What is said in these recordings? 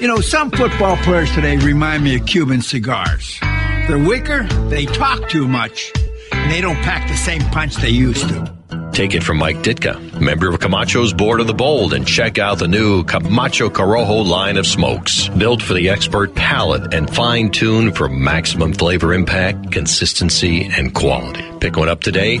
You know, some football players today remind me of Cuban cigars. They're wicker, they talk too much, and they don't pack the same punch they used to. Take it from Mike Ditka, member of Camacho's Board of the Bold, and check out the new Camacho Corojo line of smokes. Built for the expert palate and fine tuned for maximum flavor impact, consistency, and quality. Pick one up today.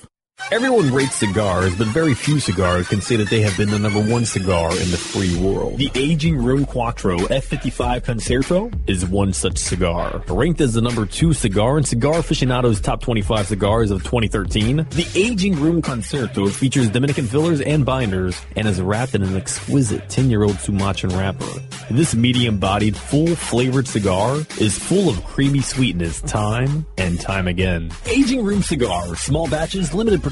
Everyone rates cigars, but very few cigars can say that they have been the number one cigar in the free world. The aging Rome Quattro F55 Concerto is one such cigar. Ranked as the number two cigar in Cigar Aficionado's Top 25 Cigars of 2013, the aging Rome Concerto features Dominican fillers and binders and is wrapped in an exquisite 10-year-old Sumatran wrapper. This medium-bodied, full-flavored cigar is full of creamy sweetness time and time again. Aging Room Cigar, small batches, limited production,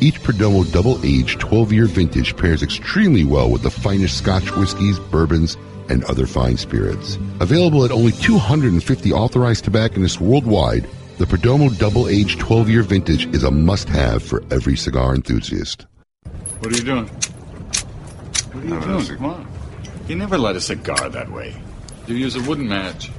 each Perdomo double-aged 12-year vintage pairs extremely well with the finest Scotch whiskies, bourbons, and other fine spirits. Available at only 250 authorized tobacconists worldwide, the Perdomo double-aged 12-year vintage is a must-have for every cigar enthusiast. What are you doing? What are you doing? Come on. You never light a cigar that way. You use a wooden match.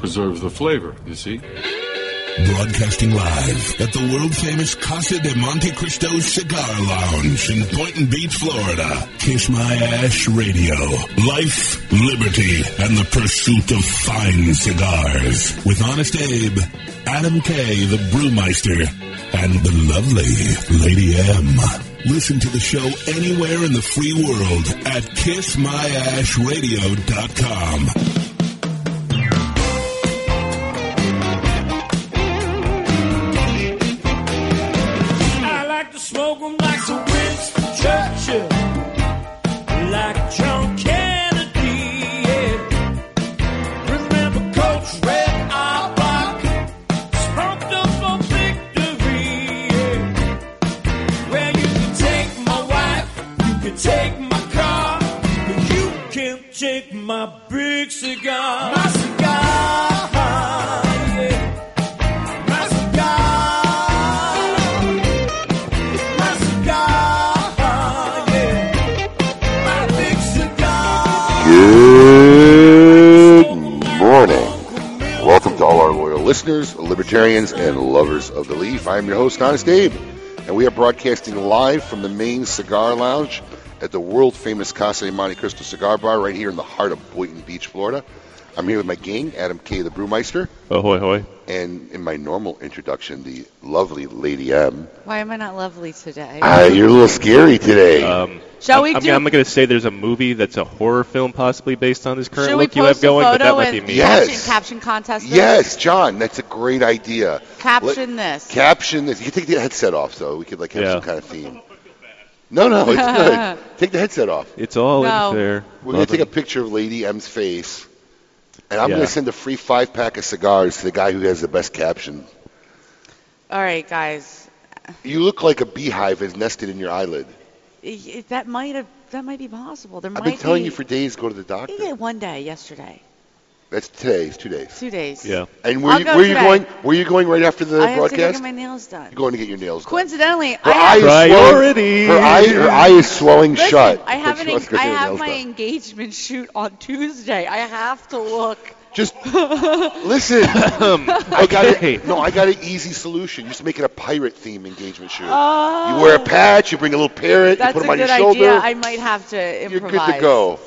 Preserves the flavor, you see? Broadcasting live at the world famous Casa de Monte Cristo Cigar Lounge in Boynton Beach, Florida. Kiss My Ash Radio. Life, liberty, and the pursuit of fine cigars. With Honest Abe, Adam K., the Brewmeister, and the lovely Lady M. Listen to the show anywhere in the free world at kissmyashradio.com. I like to smoke 'em like the Winston Churchill, like John Kennedy. Yeah. Remember Coach Red Auerbach, smoked up for victory. Yeah. Well, you can take my wife, you can take my car, but you can't take my big cigar. My cigar. Yeah. My cigar. My cigar, yeah. My big cigar. Good morning. Welcome to all our loyal listeners, libertarians, and lovers of the leaf. I'm your host, Honest Abe, and we are broadcasting live from the main cigar lounge at the world famous Casa de Monte Cristo Cigar Bar right here in the heart of Boynton Beach, Florida. I'm here with my gang, Adam K., the Brewmeister, Ahoy, hoy. and in my normal introduction, the lovely Lady M. Why am I not lovely today? Ah, you're a little scary today. Um, Shall I- we I do- mean, I'm going to say there's a movie that's a horror film possibly based on this current Should we look post you have going, a but that photo might be and me. Yes. caption, caption contest? this? Yes, John, that's a great idea. Caption this. Caption this. You can take the headset off, so we could like have Yeah. some kind of theme. No, no, it's good. take the headset off. It's all No. in there. We're gonna take a picture of Lady M's face, and I'm Yeah. gonna send a free five pack of cigars to the guy who has the best caption. All right, guys. You look like a beehive is nested in your eyelid. Y- y- That might have. That might be possible. There I've might been telling be, you for days. Go to the I doctor. did it one day yesterday, That's today. It's two days. two days. Yeah. And where I'll you, go where you today. going? Where you going right after the I have to go broadcast? get my nails done. You're going to get your nails. done. Coincidentally, Her I eye have, is Priorities. Swelling, her, eye, her eye is swelling Listen, shut. I have, She an, wants to go I get her have nails my done. engagement shoot on Tuesday. I have to look. Just listen. Um, I got Okay. it. No, I got an easy solution. You just make it a pirate theme engagement shoot. Oh, you wear a patch. You bring a little parrot. That's you put a them on good your shoulder. idea. I might have to You're improvise. good to go.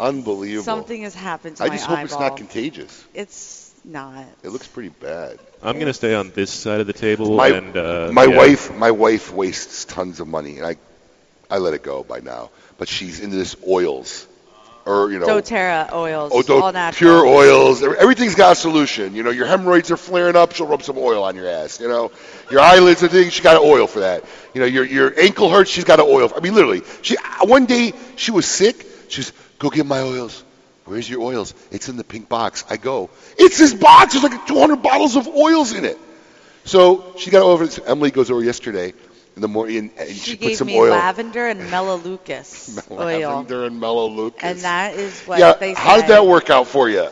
Unbelievable. Something has happened to I my just hope it's eyeball. not contagious. it's not. It looks pretty bad. I'm going to stay on this side of the table. My, and uh, my yeah. wife, my wife wastes tons of money, and I, I let it go by now. But she's into this oils, or you know, doTERRA oils, Oh, don't- all natural. pure oils. Every- Everything's got a solution. You know, your hemorrhoids are flaring up. She'll rub some oil on your ass. You know, your eyelids are things. She got an oil for that. You know, your your ankle hurts. She's got an oil. I mean, literally. She one day she was sick. She's go get my oils. Where's your oils? It's in the pink box. I go. It's this box. There's like 200 bottles of oils in it. So she got over. so Emily goes over yesterday in the morning and she, She put gave some me oil. lavender and melaleucas oil, Lavender and mellow Lucas. and that is what yeah. they say. How did that work out for you?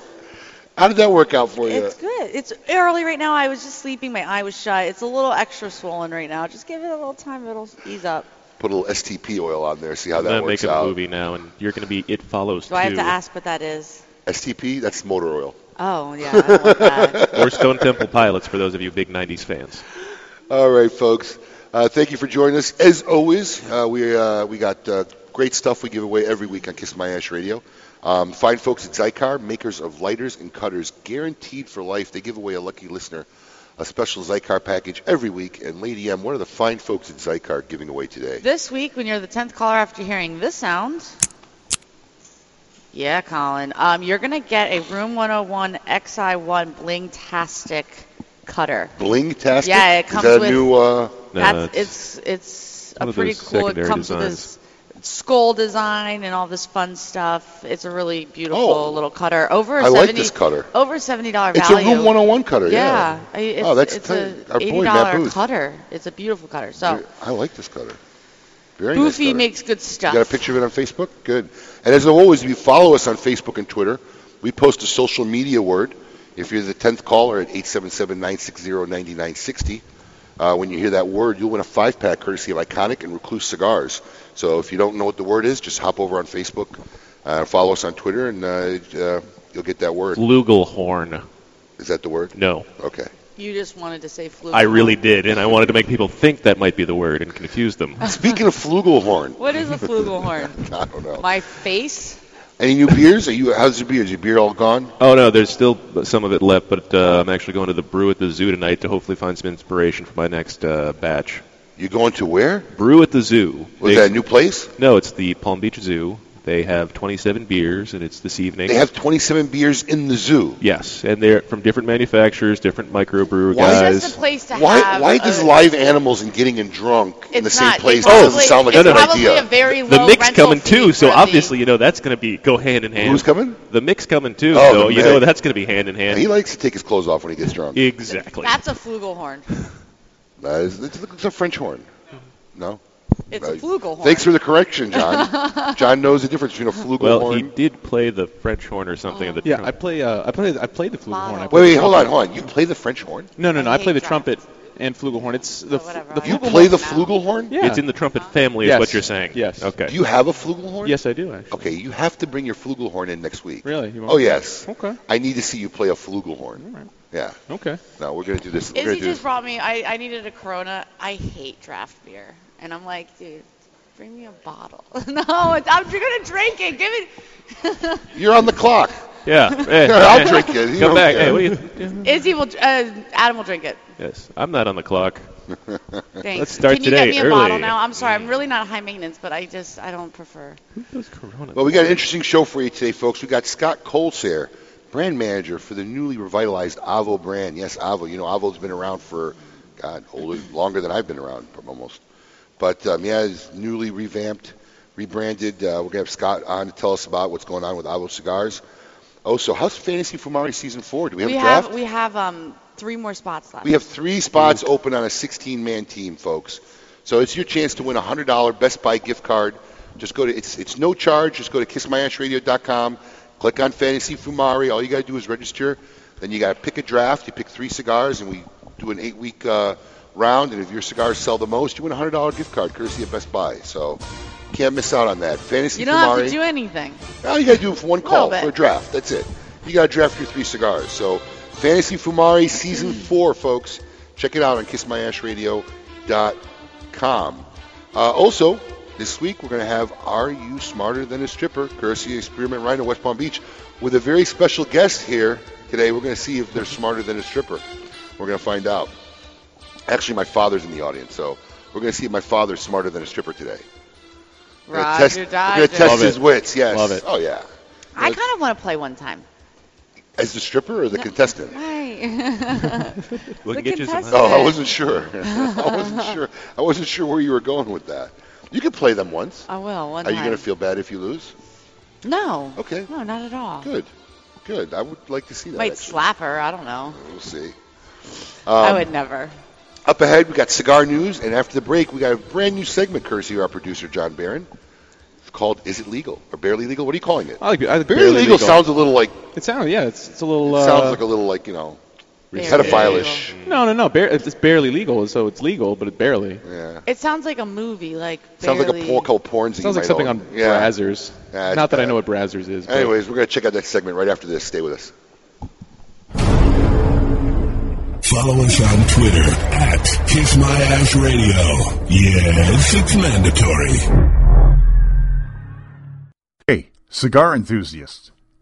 How did that work out for you? It's good. It's early right now. I was just sleeping. My eye was shut. It's a little extra swollen right now. Just give it a little time. It'll ease up. Put a little STP oil on there. See how I'm that gonna works make a out. movie now, and you're going to be It Follows Do I have too. to ask what that is? STP. That's motor oil. Oh yeah, I don't want that. or Stone Temple Pilots for those of you big 90s fans. All right, folks. Uh, thank you for joining us. As always, uh, we uh, we got uh, great stuff we give away every week on Kiss My Ash Radio. Um, find folks at Zycar, makers of lighters and cutters, guaranteed for life. They give away a lucky listener a special Zycar package every week. And Lady M, what are the fine folks at Zycar giving away today? This week, when you're the tenth caller after hearing this sound, yeah, Colin, um, you're gonna get a Room 101 XI1 Blingtastic cutter. Blingtastic. Yeah, it Is comes that a with- new? Uh, That's it's it's one a of pretty those cool. It secondary comes designs. with this skull design and all this fun stuff. It's a really beautiful Oh. little cutter. Over I 70, like this cutter. Over seventy dollar It's a value. Room 101 cutter. Yeah. I- It's, Oh, that's it's tight. a Our boy, eighty Matt dollar Booth. cutter. It's a beautiful cutter. So I like this cutter. Very nice Boofy cutter. makes good stuff. You got a picture of it on Facebook? Good. And as always, if you follow us on Facebook and Twitter, we post a social media word. If you're the 10th caller at 877-960-9960, uh, when you hear that word, you'll win a five-pack courtesy of Iconic and Recluse Cigars. So if you don't know what the word is, just hop over on Facebook, uh, follow us on Twitter, and uh, uh, you'll get that word. Flugelhorn. Is that the word? No. Okay. You just wanted to say flu. I really did, and I wanted to make people think that might be the word and confuse them. Speaking of Flugelhorn. What is a flugelhorn? I don't know. My face. Any new beers? Are you? How's your beer? Is your beer all gone? Oh no, there's still some of it left, but uh, I'm actually going to the brew at the zoo tonight to hopefully find some inspiration for my next uh, batch. You going to where? Brew at the zoo. Was that a new place? No, it's the Palm Beach Zoo. They have 27 beers, and it's this evening. They have 27 beers in the zoo. yes, and they're from different manufacturers, different microbrewer Why- guys. It's a place to Why, have. why a- does live animals and getting and drunk in the It's same not- place it's doesn't probably- sound like it's a good probably idea? a very the low mix rental coming fee too, so for the- obviously you know that's going to be go hand in hand. Who's coming? The mix coming too, Oh, so the you know mix. that's going to be hand in hand. He likes to take his clothes off when he gets drunk. Exactly. That's a flugelhorn. That is, it's, it's a French horn. Hmm. No. It's Uh, a flugelhorn. Thanks for the correction, John. John knows the difference between a flugelhorn. Well, he did play the French horn or something. at the Yeah, I play. Uh, I play. I played the flugelhorn. I wait, played wait, the hold on, trumpet. hold on. You play the French horn? No, no, no. I, play the trumpet and flugelhorn. It's Oh, the f- the You flugelhorn- play the flugelhorn? Yeah. It's in the trumpet family, is Yes. what you're saying. Yes. Okay. Do you have a flugelhorn? Yes, I do. Actually. Okay, you have to bring your flugelhorn in next week. Really? You want- Oh yes. Okay. I need to see you play a flugelhorn. Yeah. Okay. No, we're gonna do this. We're gonna Izzy do this. just brought me. I, I needed a Corona. I hate draft beer, and I'm like, dude, bring me a bottle. no, it's, I'm gonna drink it. Give it. You're on the clock. Yeah. Hey, I'll hey, drink it. You Come don't back. care. Hey, what are you- Izzy will. Uh, Adam will drink it. Yes. I'm not on the clock. Thanks. Let's start Can you today get me a early. bottle now? I'm sorry. Mm. I'm really not high maintenance, but I just I don't prefer. Well, we got an interesting show for you today, folks. We got Scott Colsair, brand manager for the newly revitalized Avo brand. Yes, Avo. You know, Avo's been around for, God, older, longer than I've been around, almost. But um, yeah, it's newly revamped, rebranded. Uh, we're gonna have Scott on to tell us about what's going on with Avo cigars. Oh, so how's Fantasy Fumari season four? Do we have a draft? we have um three more spots left. We have three spots open on a 16 man team, folks. So it's your chance to win a $100 Best Buy gift card. Just go to, it's, it's no charge. Just go to kissmyashradio.com, click on Fantasy Fumari. All you got to do is register. Then you got to pick a draft. You pick three cigars, and we do an eight week uh, round. And if your cigars sell the most, you win a $100 gift card courtesy of Best Buy. So can't miss out on that. Fantasy you don't Fumari. have to do anything. All Oh, you got to do for one Little call bit. for a draft. That's it. You got to draft your three cigars. So, Fantasy Fumari Season Hmm. 4, folks. Check it out on kissmyashradio.com. Uh, also, this week we're going to have Are You Smarter Than a Stripper? Courtesy of Experiment Rhino, West Palm Beach, with a very special guest here today. We're going to see if they're smarter than a stripper. We're going to find out. Actually, my father's in the audience, so we're going to see if my father's smarter than a stripper today. We're gonna Roger test, we're Dodger. gonna test Love his it. wits. Yes. Love it. Oh yeah. I kind of want to play one time. As the stripper or the contestant? Why? We can The get you some contestant. Oh, honey. I wasn't sure. I wasn't sure. I wasn't sure where you were going with that. You could play them once. I will one Are time. you going to feel bad if you lose? No. Okay. No, not at all. Good. Good. I would like to see that. Might actually. slap her. I don't know. We'll see. I Um, would never. Up ahead, we got cigar news, and after the break, we got a brand new segment courtesy of our producer John Barron. It's called "Is It Legal or Barely Legal?" What are you calling it? I like, I like barely, legal, sounds a little like It sounds yeah. It's, it's a little. Uh, sounds like a little like you know pedophile-ish. No, no, no. Bare, it's barely legal, so it's legal, but it barely. Yeah. It sounds like a movie. Like Sounds like a barely- poor couple porns. that you Sounds like might something own. on yeah. Brazzers. Yeah, it's Not that I know what Brazzers is. but- Anyways, we're going to check out that segment right after this. Stay with us. Follow us on Twitter at Kiss My Ash Radio. Yes, it's mandatory. Hey, cigar enthusiasts.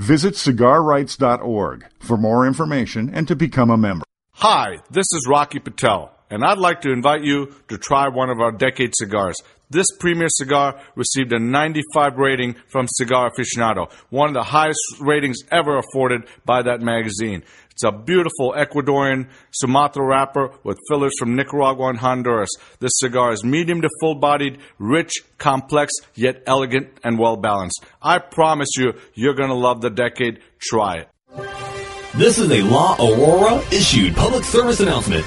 Visit cigarrights.org for more information and to become a member. Hi, this is Rocky Patel, and I'd like to invite you to try one of our decade cigars. This premier cigar received a 95 rating from Cigar Aficionado, one of the highest ratings ever afforded by that magazine. It's a beautiful Ecuadorian Sumatra wrapper with fillers from Nicaragua and Honduras. This cigar is medium to full bodied, rich, complex, yet elegant and well balanced. I promise you, you're going to love the decade. Try it. This is a La Aurora issued public service announcement.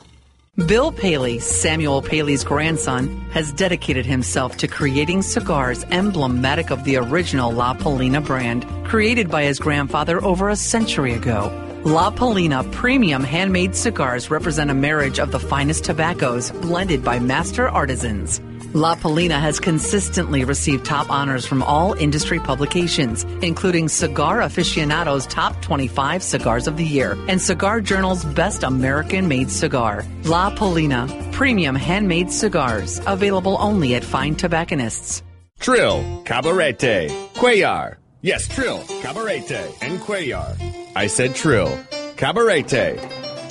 Bill Paley, Samuel Paley's grandson, has dedicated himself to creating cigars emblematic of the original La Polina brand, created by his grandfather over a century ago. La Polina premium handmade cigars represent a marriage of the finest tobaccos blended by master artisans. La Polina has consistently received top honors from all industry publications, including Cigar Aficionado's Top 25 Cigars of the Year and Cigar Journal's Best American Made Cigar. La Polina, premium handmade cigars, available only at fine tobacconists. Trill, Cabarete, Cuellar. Yes, Trill, Cabarete, and Cuellar. I said Trill, Cabarete,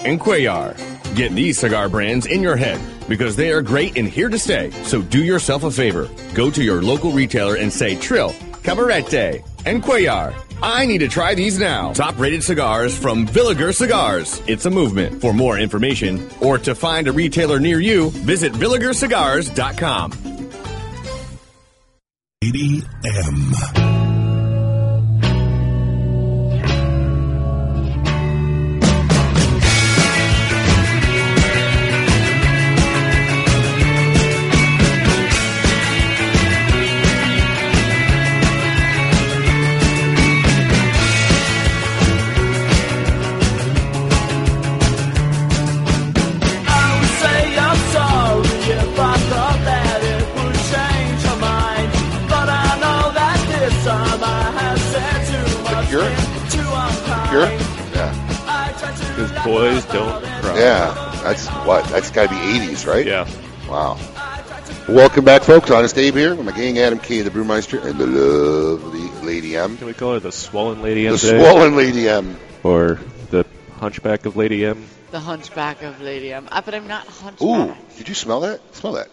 and Cuellar. Get these cigar brands in your head because they are great and here to stay. So do yourself a favor. Go to your local retailer and say Trill, Cabarete, and Cuellar. I need to try these now. Top rated cigars from Villager Cigars. It's a movement. For more information or to find a retailer near you, visit VillagerCigars.com. 80 M. Cure? Yeah. Because boys don't cry. Yeah. That's what? That's got to be 80s, right? Yeah. Wow. Welcome back, folks. Honest Abe here with my gang, Adam K, the Brewmeister, and the lovely Lady M. Can we call her the swollen lady M? The today? swollen Lady M. Or the hunchback of Lady M? The Hunchback of Lady M. Uh, but I'm not hunchback. Ooh, did you smell that? Smell that.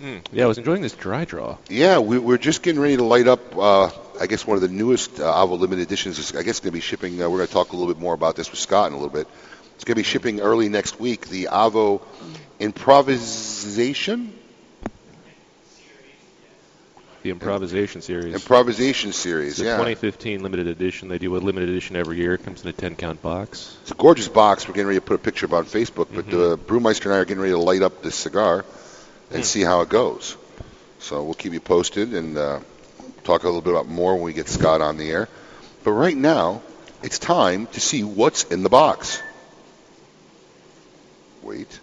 Hmm, Yeah, I was enjoying this dry draw. Yeah, we, we're just getting ready to light up. Uh, I guess one of the newest uh, Avo limited editions. Is, I guess going to be shipping. Uh, we're going to talk a little bit more about this with Scott in a little bit. It's going to be shipping early next week. The Avo improvisation The improvisation series. improvisation series. It's a yeah, 2015 limited edition. They do a limited edition every year. It comes in a 10 count box. Mm-hmm. it's a gorgeous box. We're getting ready to put a picture up on Facebook. But uh, Brewmeister and I are getting ready to light up this cigar Hmm. and see how it goes. So we'll keep you posted and uh, talk a little bit about more when we get Scott on the air. But right now, it's time to see what's in the box. Wait,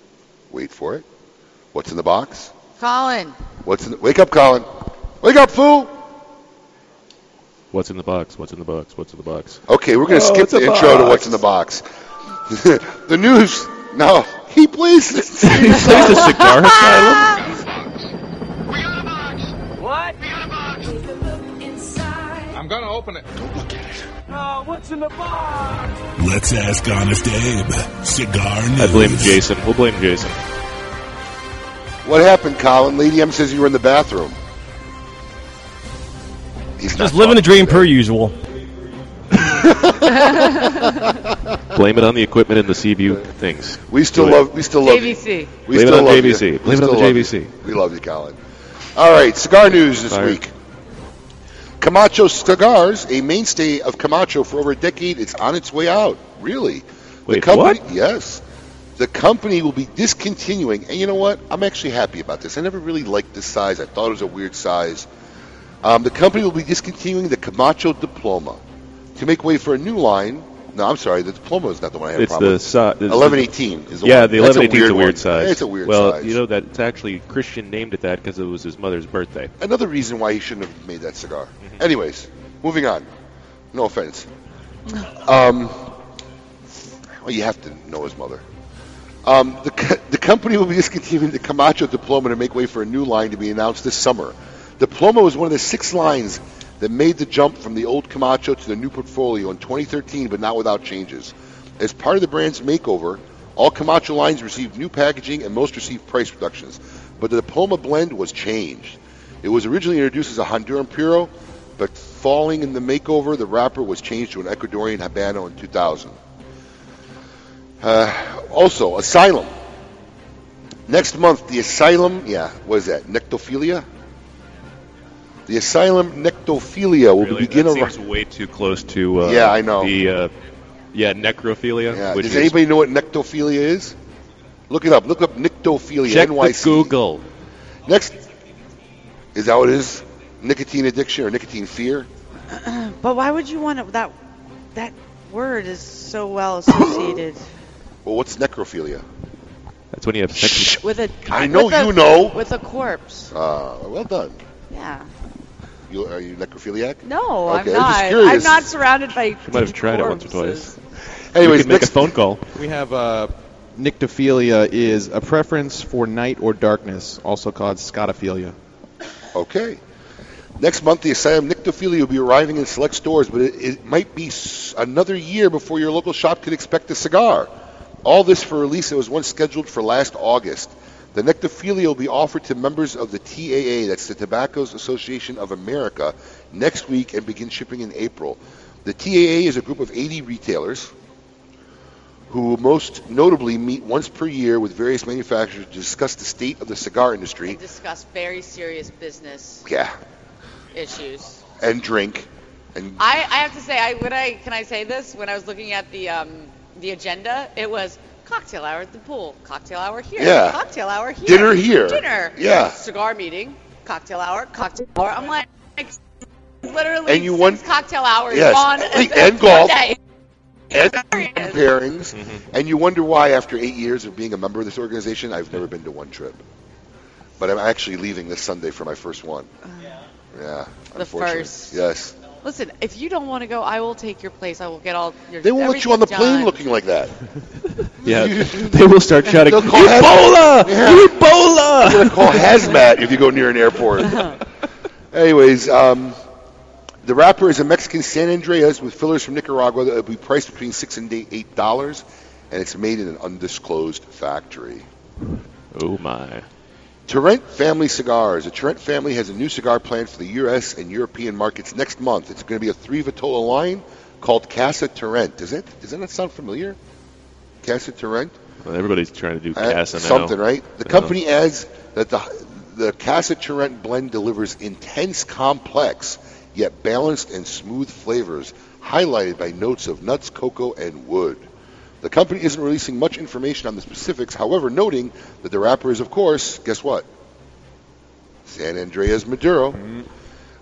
wait for it. What's in the box? Colin, What's in the, wake up, Colin? Wake up, fool! What's in the box? What's in the box? What's in the box? Okay, we're going to Oh, skip it's a the intro to box. what's in the box. the news. No, he plays. he plays the cigar asylum. What? We got a box. Take a look inside. I'm gonna open it. Don't look at it. Oh, what's in the box? Let's ask Honest Abe. Cigar news. I blame Jason. We'll blame Jason. What happened, Colin? Lady M says you were in the bathroom. He's Just living the dream per usual. Blame it on the equipment and the CBU things. We still Do it. love. We still love. you. JVC. We Blame it still on love JVC. You. We Blame it on still the love JVC. you. We love you, Colin. All right, cigar news this Fire. week. Camacho Cigars, a mainstay of Camacho for over a decade, it's on its way out. Really? Wait, company, what? Yes. The company will be discontinuing, and you know what? I'm actually happy about this. I never really liked this size. I thought it was a weird size. Um, the company will be discontinuing the Camacho Diploma to make way for a new line. No, I'm sorry, the Diploma is not the one I had a It's problem the with. si- it's the- 1118 is the yeah, one. the That's a 1118 is a weird weird one. size. It's a weird well, size. you know that it's actually Christian named it that because it was his mother's birthday. Mm-hmm. Another reason why he shouldn't have made that cigar. Anyways, moving on. No offense. Um, well, you have to know his mother. Um, the, co- the company will be discontinuing the Camacho Diploma to make way for a new line to be announced this summer. Diploma was one of the six lines that made the jump from the old Camacho to the new portfolio in 2013, but not without changes. As part of the brand's makeover, all Camacho lines received new packaging and most received price reductions. But the Diploma blend was changed. It was originally introduced as a Honduran Puro, but falling in the makeover, the wrapper was changed to an Ecuadorian Habano in 2000. Uh, also, Asylum. Next month, the Asylum, yeah, what is that? Nectophilia? The Asylum Nectophilia will Really, begin that a. seems way too close to. Uh, Yeah, I know. The uh, yeah, necrophilia. Yeah, which Uh, Does is- anybody know what nectophilia is? Look it up. Look up nectophilia. Check the NYC. Google. Next, is that what it is? Nicotine addiction or nicotine fear? but why would you want to, that? That word is so well associated Well, what's necrophilia? That's when you have sex. with a. I know with a- you know. With a corpse. Uh, well done. Yeah. You, are you necrophiliac? No, Okay, I was I'm just not. curious. I'm not surrounded by. You might have tried it once or twice. Anyways, we could make a next- phone call. We have uh, nyctophilia is a preference for night or darkness, also called scotophilia. Okay. Next month, the Asylum Nyctophilia will be arriving in select stores, but it, it might be s- another year before your local shop can expect a cigar. All this for release that was once scheduled for last August. The Nyctophilia will be offered to members of the TAA, that's the Tobacco's Association of America, next week and begin shipping in April. The TAA is a group of 80 retailers who most notably meet once per year with various manufacturers to discuss the state of the cigar industry. Discuss very serious business Yeah, issues. and drink and I, I have to say, I when I can I say this? When I was looking at the um, the agenda, it was cocktail hour at the pool, cocktail hour here, Yeah. cocktail hour here, Dinner here. dinner, Yeah. cigar meeting, cocktail hour, cocktail hour. I'm like, like, literally, And you six won- cocktail hours Yes. on Wait, a- and golf. Day. and pairings, and you wonder why after eight years of being a member of this organization, I've never been to one trip. But I'm actually leaving this Sunday for my first one. Yeah. Uh, The unfortunately. first. Yes. Listen, if you don't want to go, I will take your place. I will get all your. They won't let you on the everything plane done. looking like that. Yeah, they will start shouting, They'll call haz- Ebola! Yeah. Ebola! They're gonna call hazmat if you go near an airport. Anyways, um, the wrapper is a Mexican San Andreas with fillers from Nicaragua that will be priced between six and eight dollars, and it's made in an undisclosed factory. Oh my. Tarrant Family Cigars. The Tarrant family has a new cigar planned for the U.S. and European markets next month. It's going to be a three Vitola line called Casa Tarrant. Does it? Doesn't that sound familiar? Casa Tarrant. Well, everybody's trying to do Uh, Casa now. something, right? The Yeah. company adds that the the Casa Torrent blend delivers intense, complex, yet balanced and smooth flavors, highlighted by notes of nuts, cocoa, and wood. The company isn't releasing much information on the specifics, however, noting that the wrapper is, of course, guess what? San Andreas Maduro. Mm-hmm.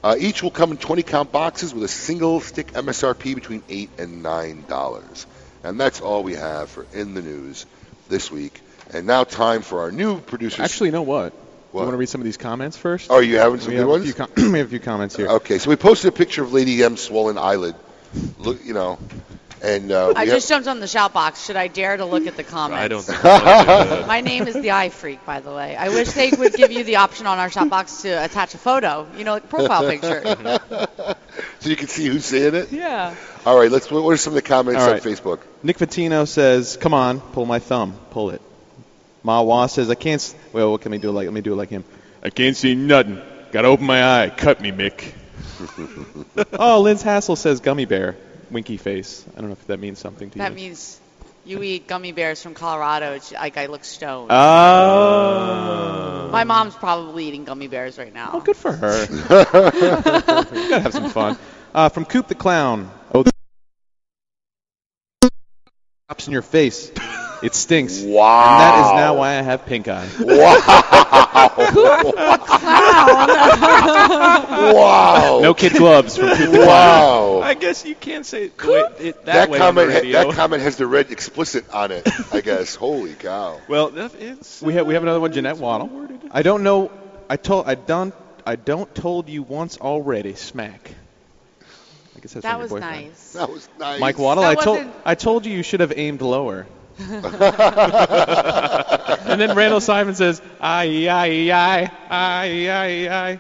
Uh, each will come in 20 count boxes with a single stick MSRP between eight and nine dollars. And that's all we have for in the news this week. And now time for our new producer. Actually, you know what? What? You want to read some of these comments first? Oh, you having some we good have ones? A few com- we have a few comments here. Okay, so we posted a picture of Lady M's swollen eyelid. Look, you know, and uh, I we just jumped on the shout box. Should I dare to look at the comments? I don't. My name is the Eye Freak, by the way. I wish they would give you the option on our shop box to attach a photo, you know, like profile picture. so you can see who's saying it. Yeah. All right, let's. What what are some of the comments All on right. Facebook? Nick Fatino says, "Come on, pull my thumb, pull it." Ma Wah says, "I can't." S- well, what can we do? Like, let me do it like him. I can't see nothing. Gotta open my eye. Cut me, Mick. oh, Liz Hassel says, "Gummy bear, winky face." I don't know if that means something to you. That means you eat gummy bears from Colorado. It's like I look stoned. Oh. My mom's probably eating gummy bears right now. Good for her. Gotta have some fun. Uh, from Coop the Clown. Oh, th- pops in your face. It stinks. Wow. And that is now why I have pink eye. wow. No kid gloves from Coop the Clown. Wow. I guess you can't say it the way- it that, way on comment. the ha- radio. that comment has the red explicit on it. I guess. Holy cow. well, that is. We have we have another one, Jeanette Waddle. I don't know. I told I don't I don't told you once already. Smack. I guess that's from That your was boyfriend. nice. That was nice. Mike Waddle, That I told wasn't- I told you you should have aimed lower. and then Randall Simon says, "Aye, aye, aye, aye, aye, aye.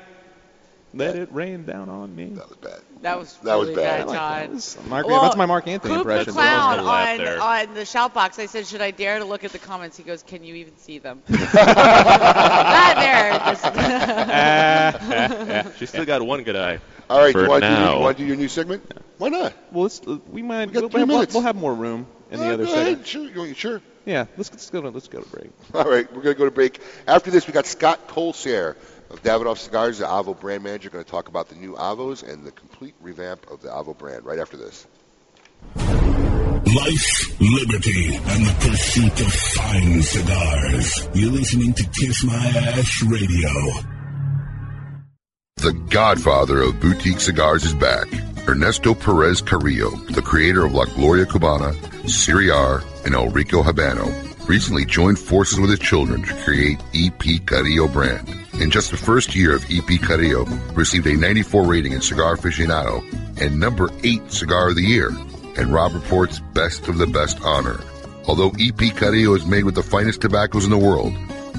Let it rain down on me." That was bad. That was That was really bad. bad, John. Mark, Well, that's my Mark Anthony Coop impression. the clown on, on the shout box. I said, "Should I dare to look at the comments?" He goes, "Can you even see them?" Not there. just- She still got one good eye. All right, For you want now. to do, your new segment? Why not? Well, let's, uh, we might. got We'll, three have, we'll, minutes. we'll have more room in the Yeah, other go segment. ahead, Sure. you- sure. Yeah, let's, let's go to let's go to break. All right, we're going to go to break. After this, we got Scott Colsair of Davidoff Cigars, the Avo brand manager, going to talk about the new Avos and the complete revamp of the Avo brand right after this. Life, liberty, and the pursuit of fine cigars. You're listening to Kiss My Ash Radio. The godfather of boutique cigars is back. Ernesto Perez Carrillo, the creator of La Gloria Cubana, Siriar, and El Rico Habano, recently joined forces with his children to create EP Carrillo brand. In just the first year of EP Carrillo, received a 94 rating in Cigar Aficionado and number 8 Cigar of the Year, and Rob Report's Best of the Best honor. Although EP Carrillo is made with the finest tobaccos in the world,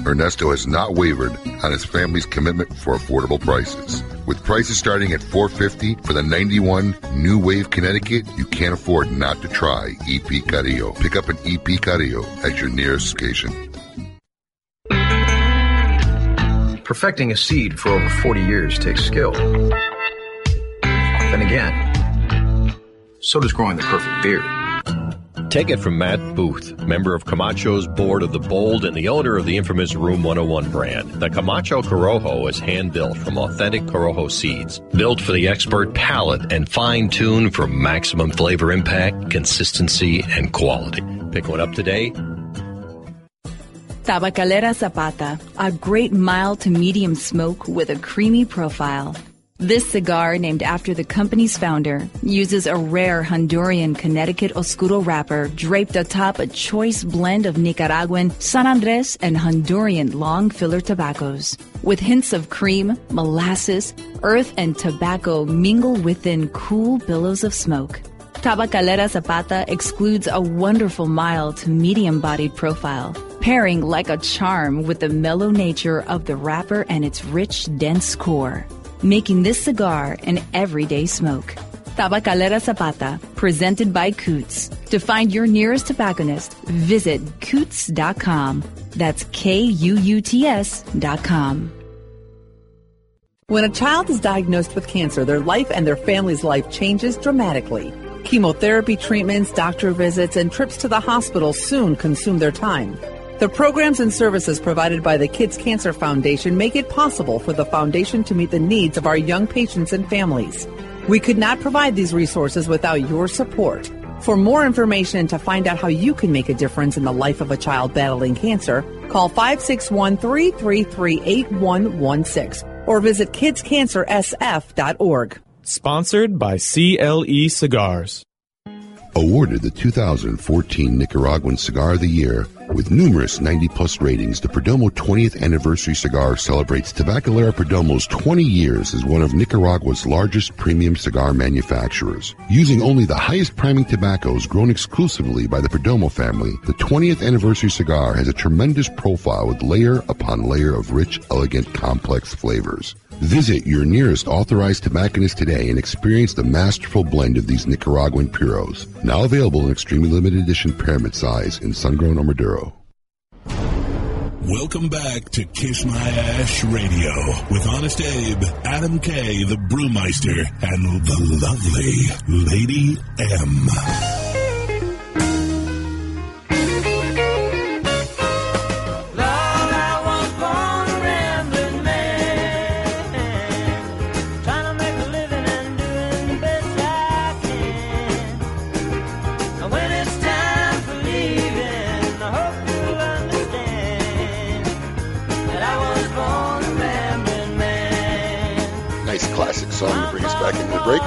Ernesto has not wavered on his family's commitment for affordable prices. With prices starting at 450 for the 91 New Wave Connecticut, you can't afford not to try EP Carillo. Pick up an EP Carillo at your nearest station. Perfecting a seed for over 40 years takes skill. Then again, so does growing the perfect beer. Take it from Matt Booth, member of Camacho's board of the bold and the owner of the infamous Room 101 brand. The Camacho Corojo is hand built from authentic Corojo seeds, built for the expert palate and fine tuned for maximum flavor impact, consistency, and quality. Pick one up today. Tabacalera Zapata, a great mild to medium smoke with a creamy profile. This cigar, named after the company's founder, uses a rare Honduran Connecticut Oscuro wrapper draped atop a choice blend of Nicaraguan, San Andres, and Honduran long filler tobaccos. with hints of cream, molasses, earth, and tobacco mingle within cool billows of smoke. Tabacalera Zapata excludes a wonderful mild to medium bodied profile, pairing like a charm with the mellow nature of the wrapper and its rich, dense core, making this cigar an everyday smoke. Tabacalera Zapata, presented by Coots. To find your nearest tobacconist, visit Coots.com. That's K U U T S.com. When a child is diagnosed with cancer, their life and their family's life changes dramatically. Chemotherapy treatments, doctor visits, and trips to the hospital soon consume their time. The programs and services provided by the Kids Cancer Foundation make it possible for the foundation to meet the needs of our young patients and families. We could not provide these resources without your support. For more information and to find out how you can make a difference in the life of a child battling cancer, call 561 333 8116 or visit kidscancersf.org. Sponsored by CLE Cigars. Awarded the 2014 Nicaraguan Cigar of the Year with numerous 90 plus ratings, the Perdomo 20th Anniversary Cigar celebrates Tabacalera Perdomo's 20 years as one of Nicaragua's largest premium cigar manufacturers. Using only the highest priming tobaccos grown exclusively by the Perdomo family, the 20th Anniversary Cigar has a tremendous profile with layer upon layer of rich, elegant, complex flavors. Visit your nearest authorized tobacconist today and experience the masterful blend of these Nicaraguan puros, now available in extremely limited edition pyramid size in sun-grown or Maduro. Welcome back to Kiss My Ash Radio with Honest Abe, Adam K, the Brewmeister, and the lovely Lady M. Lord, I was born a rambling man, trying to make a living and doing the best I can. And when it's time for leaving, I hope you'll understand that I was born a rambling man. Nice classic song to bring us back into the break.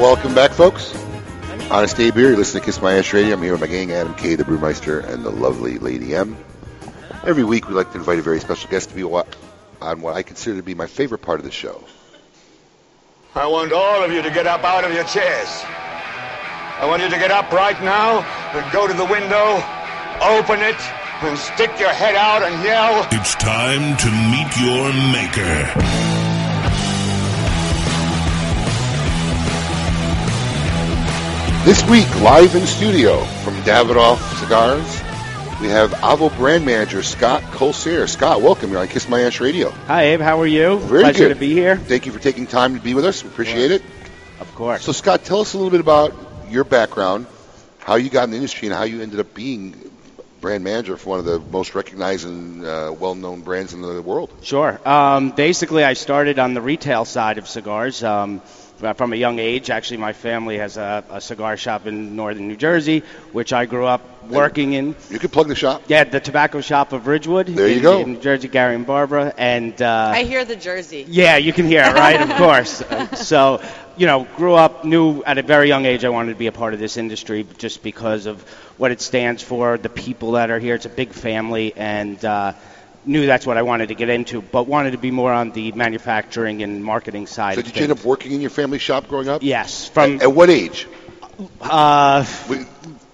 Welcome back, folks. Honest Abe here. You listen to Kiss My Ash Radio. I'm here with my gang, Adam K, the Brewmeister, and the lovely Lady M. Every week, we like to invite a very special guest to be wa- on what I consider to be my favorite part of the show. I want all of you to get up out of your chairs. I want you to get up right now and go to the window, open it, and stick your head out and yell. It's time to meet your maker. This week, live in studio from Davidoff Cigars, we have Avo brand manager Scott Colsier. Scott, welcome. You're on Kiss My Ash Radio. Hi, Abe. How are you? Very Pleasure good. to be here. Thank you for taking time to be with us. We appreciate it. Of course. So, Scott, tell us a little bit about your background, how you got in the industry, and how you ended up being brand manager for one of the most recognized and uh, well-known brands in the world. Sure. Um, basically, I started on the retail side of cigars um, from a young age. Actually, my family has a, a cigar shop in northern New Jersey, which I grew up working in. You could plug the shop. Yeah, the tobacco shop of Ridgewood. There you in, go. In New Jersey, Gary and Barbara, and uh, I hear the Jersey. Yeah, you can hear it, right? of course. Uh, So, you know, grew up, knew at a very young age I wanted to be a part of this industry just because of what it stands for, the people that are here. It's a big family, and uh, knew that's what I wanted to get into, but wanted to be more on the manufacturing and marketing side. So, of did you end things. up working in your family shop growing up? Yes. From at, at what age? Uh,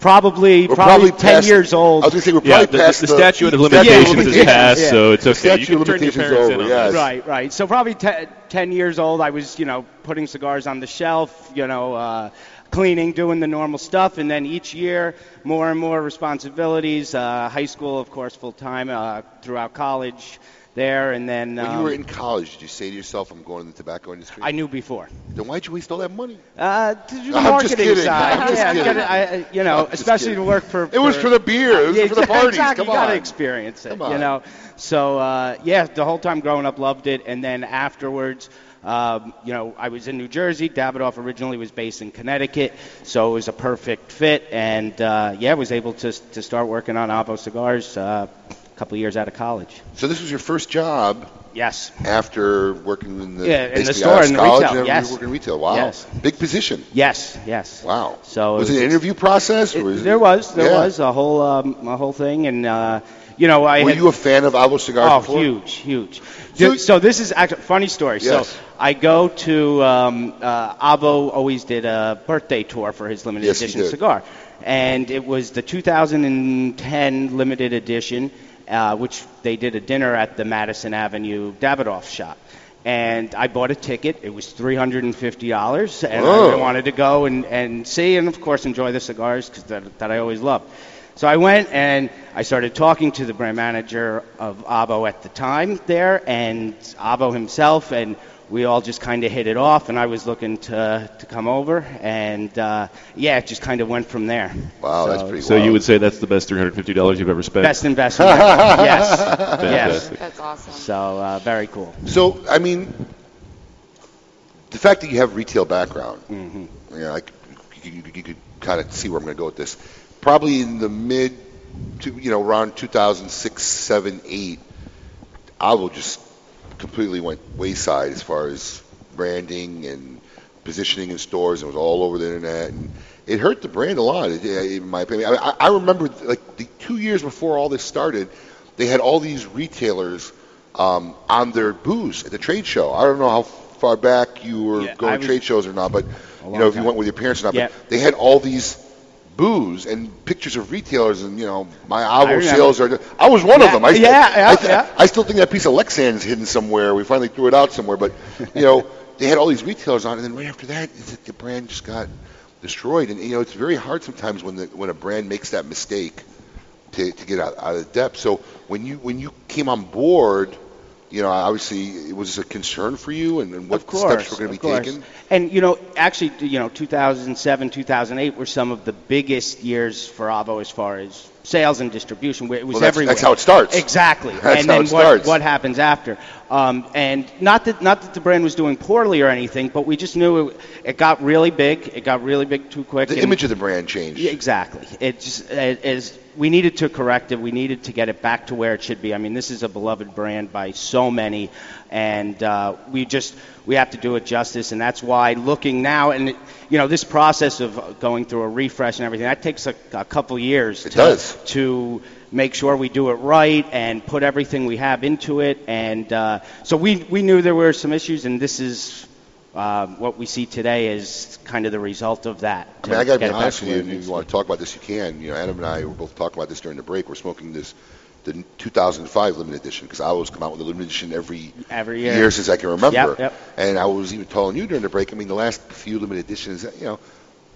probably, We're probably, probably 10 past- years old. I was gonna say we're Yeah, probably the- past the statute of limitations is passed, so it's okay. You Statute can of turn your limitations is parents in over. on Yes. that. Right, right. So probably te- 10 years old, I was, you know, putting cigars on the shelf, you know, uh, cleaning, doing the normal stuff, and then each year, more and more responsibilities. Uh, high school, of course, full time, uh, throughout college there, and then. When you um, were in college, did you say to yourself, "I'm going in the tobacco industry"? I knew before. Then why'd you waste all that money? Uh, to do the I'm just marketing kidding. side. I'm just yeah, kidding. gotta- I- I- you know, I'm just especially to kidding. work for. It was for the beer. It was Yeah, for the parties. Exactly. Come you gotta on. experience it. Come on. You know, so uh, yeah, the whole time growing up, loved it, and then afterwards. Um, you know, I was in New Jersey. Davidoff originally was based in Connecticut, so it was a perfect fit. And uh, yeah, was able to to start working on Abo cigars uh, a couple of years out of college. So this was your first job. Yes. After working in the Yeah, in the basically store, out of in the college, retail, and yes. working in retail. Wow, Yes. big position. Yes, yes. Wow. So was it it was- an interview process? or was There was, there Yeah. was a whole um, a whole thing, and uh, you know, I Were had- you a fan of Alvo cigars? Oh, before? huge, huge. So, so this is actually funny story. Yes. So I go to um, uh, Abo always did a birthday tour for his limited Yes, he edition did. cigar, and it was the 2010 limited edition, uh, which they did a dinner at the Madison Avenue Davidoff shop. And I bought a ticket. It was three hundred and fifty dollars, and I Whoa. wanted to go and, and see, and of course enjoy the cigars 'cause that, that I always love. So I went and I started talking to the brand manager of Abo at the time there, and Abo himself, and we all just kind of hit it off. And I was looking to to come over, and uh, yeah, it just kind of went from there. Wow, so, that's pretty So you would say that's the best $350 you've ever spent? best investment. ever. yes, yes. Fantastic. That's awesome. So uh, very cool. So, I mean, the fact that you have retail background, Mm-hmm. you know, like you, you- you could kind of see where I'm going to go with this. Probably in the mid, to, you know, around 2006, 7, 8, Alvo just completely went wayside as far as branding and positioning in stores, and it was all over the internet, and it hurt the brand a lot, it- in my opinion. I, I remember like the two years before all this started, they had all these retailers um, on their booths at the trade show. I don't know how far back you were going I was- trade shows or not, but you know if you went with your parents or not, Yeah. but they had all these booths and pictures of retailers and you know my I Avo remember. sales are I was one of Yeah, them I st- yeah, yeah, I, th- yeah. I still think that piece of Lexan's hidden somewhere we finally threw it out somewhere but you know they had all these retailers on and then right after that it's like the brand just got destroyed and you know it's very hard sometimes when the, when a brand makes that mistake to, to get out, out of depth so when you when you came on board you know obviously it was a concern for you and, and what Of course, steps were going of to be course. taken And you know, actually, you know, 2007, 2008 were some of the biggest years for Avo as far as sales and distribution. where It was Well, that's- everywhere. that's how it starts. Exactly. That's and how then it what, starts. what happens after? Um, and not that not that the brand was doing poorly or anything, but we just knew it, it got really big. It got really big too quick. the and- image of the brand changed yeah, exactly. It just it is. We needed to correct it. We needed to get it back to where it should be. I mean, this is a beloved brand by so many, and uh, we just we have to do it justice. And that's why looking now, and it- you know, this process of going through a refresh and everything that takes a, a couple years. It to, does. to make sure we do it right and put everything we have into it. And uh, so we we knew there were some issues, and this is. Uh, what we see today is kind of the result of that. I mean, I got to get be it back honest to with where you. it And needs if you want to talk about this, you can. You know, Adam and I were both talking about this during the break. We're smoking this the 2005 limited edition because I always come out with a limited edition every every year. year since I can remember. Yep, yep. And I was even telling you during the break. I mean, the last few limited editions, you know,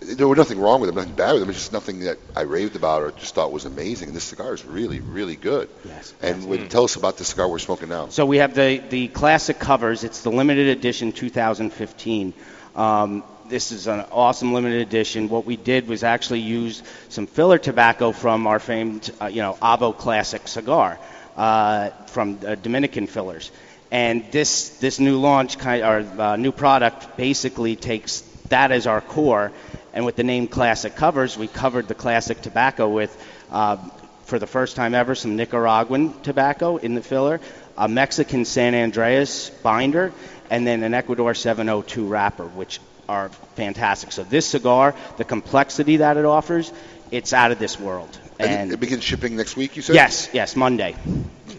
there were nothing wrong with them, nothing bad with them. It's just nothing that I raved about or just thought was amazing. And this cigar is really, really good. Yes. And would tell us about the cigar we're smoking now. So we have the, the classic covers. It's the limited edition 2015. Um, this is an awesome limited edition. What we did was actually use some filler tobacco from our famed, uh, you know, Avo Classic cigar uh, from uh, Dominican fillers. And this this new launch kind or uh, new product basically takes that as our core, and with the name Classic Covers, we covered the classic tobacco with uh, for the first time ever some Nicaraguan tobacco in the filler, a Mexican San Andreas binder, and then an Ecuador 702 wrapper, which are fantastic. So this cigar, the complexity that it offers, it's out of this world. And And it, it begins shipping next week. You said. yes, yes, Monday.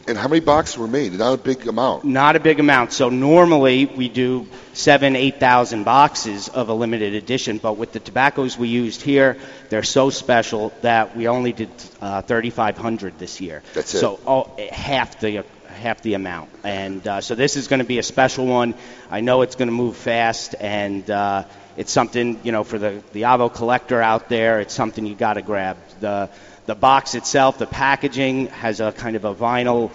And how many boxes were made? Not a big amount. Not a big amount. So normally we do seven, eight thousand boxes of a limited edition, but with the tobaccos we used here, they're so special that we only did uh, 3,500 this year. That's it. So all, half the half the amount, and uh, so this is going to be a special one. I know it's going to move fast, and uh, it's something you know for the the Avo collector out there. It's something you got to grab. the The box itself, the packaging has a kind of a vinyl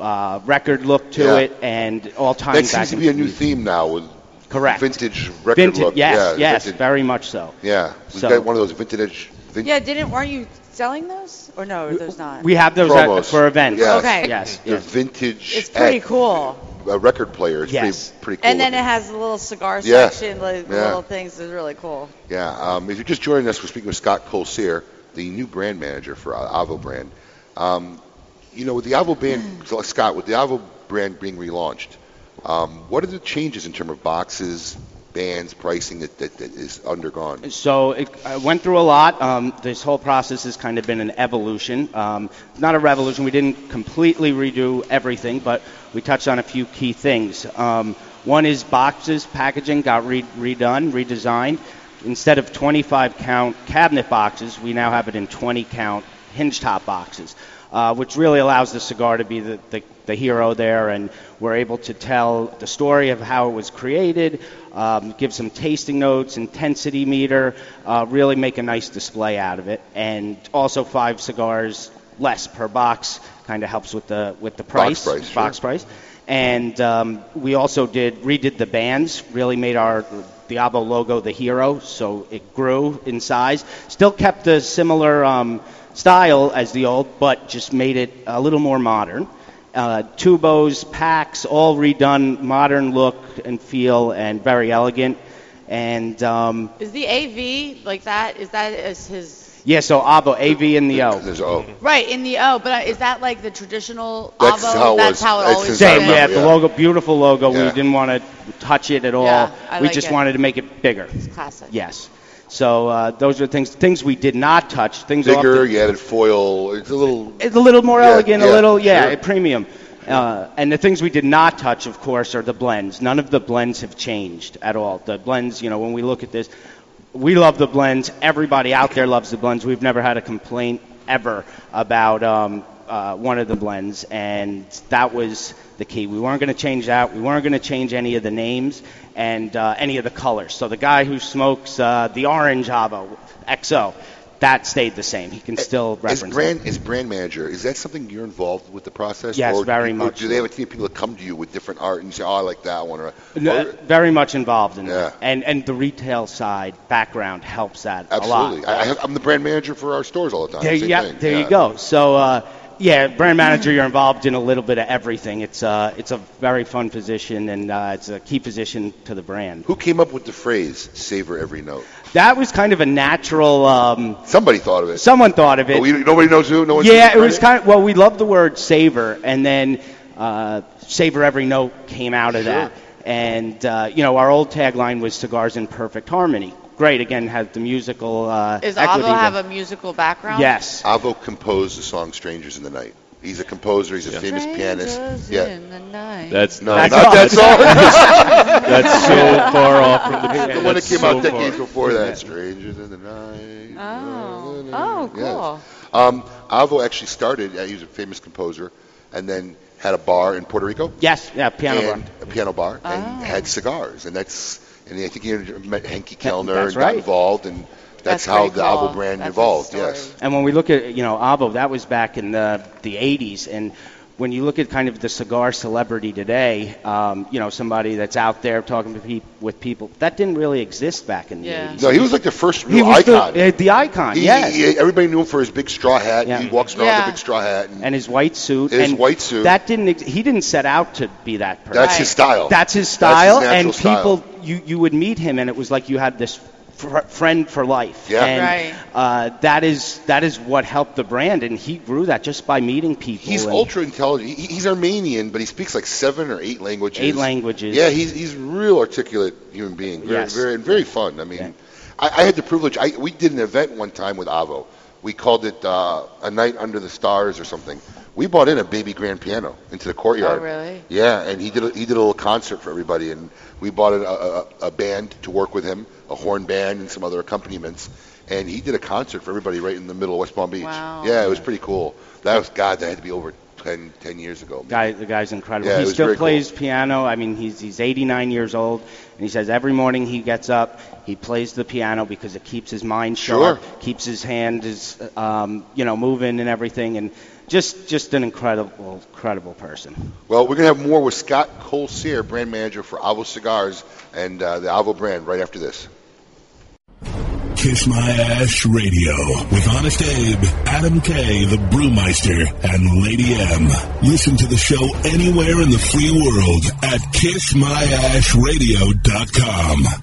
uh, record look to Yeah. it, and all time. that back seems to in- be a new theme now with Correct. vintage record Vintage- look. Yes, yeah, yes, vintage- very much so. yeah. We've So- got one of those vintage. Vin- Yeah, didn't weren't you selling those or no? Are those not? We have those at- promos. for events. Yes. Okay. Yes, The vintage. It's pretty at- cool. A record player. It's Yes. pretty, pretty cool. And then looking. it has a little cigar Yeah. section, like Yeah. little things. It's really cool. Yeah. Um, if you're just joining us, we're speaking with Scott Colsier, the new brand manager for uh, Avo Brand. Um, you know, with the Avo Mm. brand, Scott, with the Avo brand being relaunched, um, what are the changes in terms of boxes, bands, pricing that, that, that is undergone? So it, I went through a lot. Um, this whole process has kind of been an evolution, um, not a revolution. We didn't completely redo everything, but we touched on a few key things. Um, one is boxes packaging got re- redone, redesigned. Instead of 25 count cabinet boxes, we now have it in 20 count hinge top boxes, uh, which really allows the cigar to be the, the, the hero there, and we're able to tell the story of how it was created, um, give some tasting notes, intensity meter, uh, really make a nice display out of it, and also five cigars less per box kind of helps with the with the price price, box price. And um, we also did redid the bands, really made our Diablo logo the hero, so it grew in size. Still kept the similar um, style as the old, but just made it a little more modern. Uh, tubos, packs, all redone, modern look and feel, and very elegant. And um, Is the AV like that? Is that is his yeah, so Abo, A V and the O. There's O. right in the O? But uh, is that like the traditional That's Avo? how it That's was- how it that's always. since I Same, yeah, remember, the yeah. logo- beautiful logo. We didn't want to touch it at all. Yeah, I we like just it. wanted to make it bigger. Classic. Yes. So uh, those are things things we did not touch. Things off Bigger, the- you added foil. It's a little. it's a little more Yeah, elegant, yeah, a little yeah, sure. premium. Uh, and the things we did not touch, of course, are the blends. None of the blends have changed at all. The blends, you know, when we look at this, we love the blends. Everybody out there loves the blends. We've never had a complaint ever about um, uh, one of the blends, and that was the key. We weren't going to change that. We weren't going to change any of the names and uh, any of the colors. So the guy who smokes uh, the orange Havo XO, that stayed the same. He can still As reference. it. brand, as brand manager, is that something you're involved with the process? Yes, or do, very or much do they have a team of people that come to you with different art and you say, "Oh, I like that one"? Or, No, or- very much involved in Yeah. that, and and the retail side background helps that absolutely. a lot. I, I have, I'm the brand manager for our stores all the time. there, Same yeah, thing. there yeah. you go. So uh, yeah, brand manager, you're involved in a little bit of everything. It's uh, it's a very fun position, and uh, it's a key position to the brand. Who came up with the phrase "savor every note"? That was kind of a natural. Um, Somebody thought of it. Someone thought of it. But we- Oh, nobody knows who. No one. yeah, it was kind of well. We loved the word savor, and then uh, savor every note came out of that. And uh, you know, our old tagline was cigars in perfect harmony. Great. Again, had the musical uh, Does equity. Avo have there. a musical background? Yes. Avo composed the song "Strangers in the Night." He's a composer. He's a famous pianist. Yeah. That's no, not that's- that that's- song. That's, that's so far off from the. The one that that's came so out decades far. before that. Strangers in the Night. Oh. Oh, Yes. cool. Um, Avo actually started. Uh, he was a famous composer, and then had a bar in Puerto Rico. Yes, yeah, piano and bar. A piano bar, Oh. and had cigars, and that's. And I think he met Henke Kellner that's and got right. involved, and that's, That's how pretty the cool. Avo brand That's a evolved. Yes. And when we look at, you know, Avo, that was back in the, the 80s. And when you look at kind of the cigar celebrity today, um, you know, somebody that's out there talking to peop with people, that didn't really exist back in the 80s. No, he was like the first He real was the- icon. uh, The, icon, He- yes. he- everybody knew him for his big straw hat. He walks around Yeah. with a big straw hat. And, and his white suit. His and white suit. That didn't. ex- He didn't set out to be that person. That's his style. That's his That's his style. natural and style. people, you you would meet him, and it was like you had this fr- friend for life. Yeah. And, Right. Uh, that is that is what helped the brand, and he grew that just by meeting people. He's and ultra intelligent. He, he's Armenian, but he speaks like seven or eight languages. Eight languages. Yeah, he's he's a real articulate human being. Very, Yes. very, and very fun. I mean, I, I had the privilege. I, we did an event one time with Avo. We called it uh, a night under the stars or something. We bought in a baby grand piano into the courtyard. Oh, really? Yeah, and he did a, he did a little concert for everybody, and we bought a, a, a band to work with him, a horn band and some other accompaniments, and he did a concert for everybody right in the middle of West Palm Beach. Wow. Yeah, it was pretty cool. That was God, that had to be over 10, 10 years ago. Guy, the guy's incredible. Yeah, it he was still very cool. plays piano. I mean, he's he's 89 years old, and he says every morning he gets up, he plays the piano because it keeps his mind sharp, keeps his hand is um, you know moving and everything, and just just an incredible incredible person. Well, we're gonna have more with Scott Colsear, brand manager for Avo Cigars and uh, the Avo brand, right after this. Kiss My Ash Radio with Honest Abe, Adam K, the Brewmeister, and Lady M. Listen to the show anywhere in the free world at kissmyashradio.com.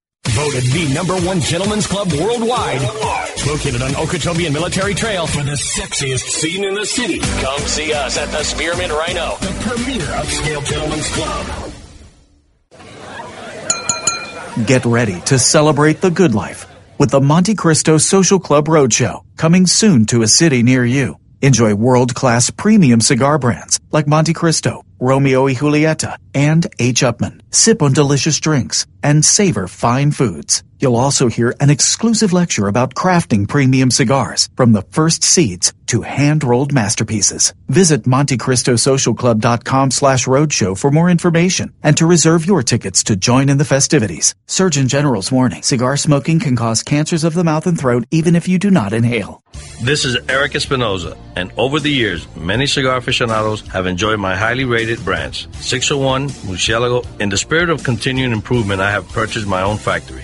Voted the number one gentleman's club worldwide. Located on Okeechobee and Military Trail for the sexiest scene in the city. Come see us at the Spearman Rhino, the premier upscale gentleman's club. Get ready to celebrate the good life with the Monte Cristo Social Club Roadshow coming soon to a city near you. Enjoy world class premium cigar brands like Monte Cristo, Romeo y Julieta, and H. Upman. Sip on delicious drinks and savor fine foods. You'll also hear an exclusive lecture about crafting premium cigars from the first seeds to hand rolled masterpieces. Visit MonteCristoSocialClub.com slash roadshow for more information and to reserve your tickets to join in the festivities. Surgeon General's warning cigar smoking can cause cancers of the mouth and throat even if you do not inhale. This is Eric Espinoza, and over the years, many cigar aficionados have enjoyed my highly rated brands, 601, Mucielago. In the spirit of continuing improvement, I have purchased my own factory,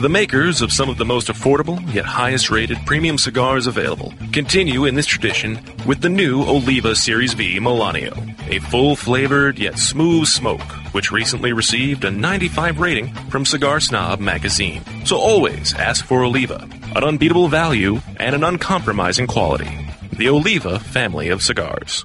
the makers of some of the most affordable yet highest rated premium cigars available, continue in this tradition with the new Oliva Series V Milanio, a full flavored yet smooth smoke, which recently received a 95 rating from Cigar Snob magazine. So always ask for Oliva, an unbeatable value and an uncompromising quality. The Oliva family of cigars.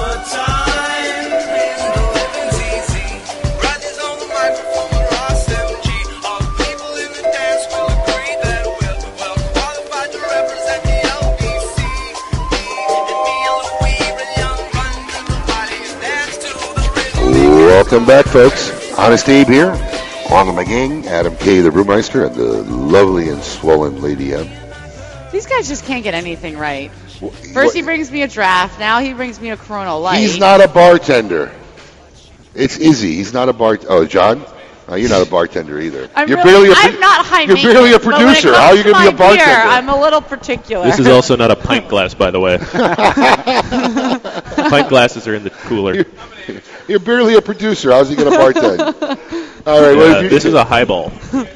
Summertime and the living's easy. Riders on the microphone are R7G. All the people in the dance will agree that we're well qualified to represent the LBC. and me on the weave and young run to the body and dance to the Welcome back, folks. Honest Abe here, along with my gang, Adam K, the Brewmeister, and the lovely and swollen Lady M. These guys just can't get anything right. First he brings me a draft, now he brings me a Corona Light. He's not a bartender. It's Izzy. He's not a bart. Oh, John, no, you're not a bartender either. I'm you're really, barely a. I'm not high you're barely a maintenance, but when it producer. How comes are you to gonna be my a bartender? Beer, I'm a little particular. This is also not a pint glass, by the way. pint glasses are in the cooler. You're barely a producer. How's he gonna bartend? All right. Yeah, well, if you- this is a highball.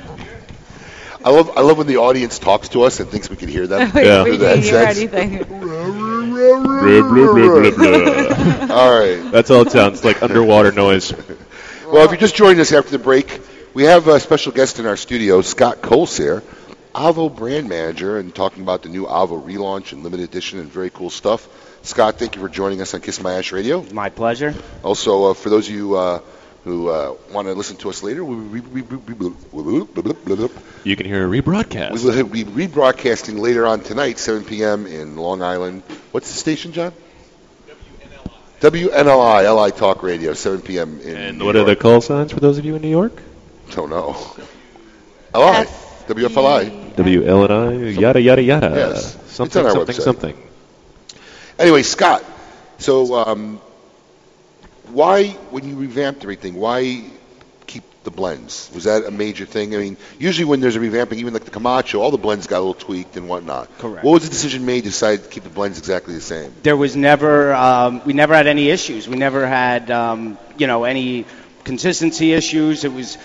I love. I love when the audience talks to us and thinks we can hear them. We- Yeah. we Through didn't that hear sense. Blah, blah, blah, blah, blah. All right. That's all it sounds like underwater noise. Well, if you're just joining us after the break, we have a special guest in our studio, Scott Coles here, Avo brand manager, and talking about the new Avo relaunch and limited edition and very cool stuff. Scott, thank you for joining us on Kiss My Ash Radio. My pleasure. Also, uh, for those of you uh, who uh, want to listen to us later, we, we, we, we, we, You can hear a rebroadcast. we will be rebroadcasting later on tonight, 7 p.m. in Long Island. What's the station, John? WNLI. WNLI, LI Talk Radio, 7 p.m. in And what are the call signs for those of you in New York? Don't know. LI. WFLI. WLNI, yada, yada, yada. Yes. It's on Something, our something, website. something. Anyway, Scott, so um, why, when you revamped everything, why keep the blends? Was that a major thing? I mean, usually when there's a revamping, even like the Camacho, all the blends got a little tweaked and whatnot. Correct. What was the decision made to decide to keep the blends exactly the same? There was never, um, we never had any issues. We never had, um, you know, any consistency issues. It was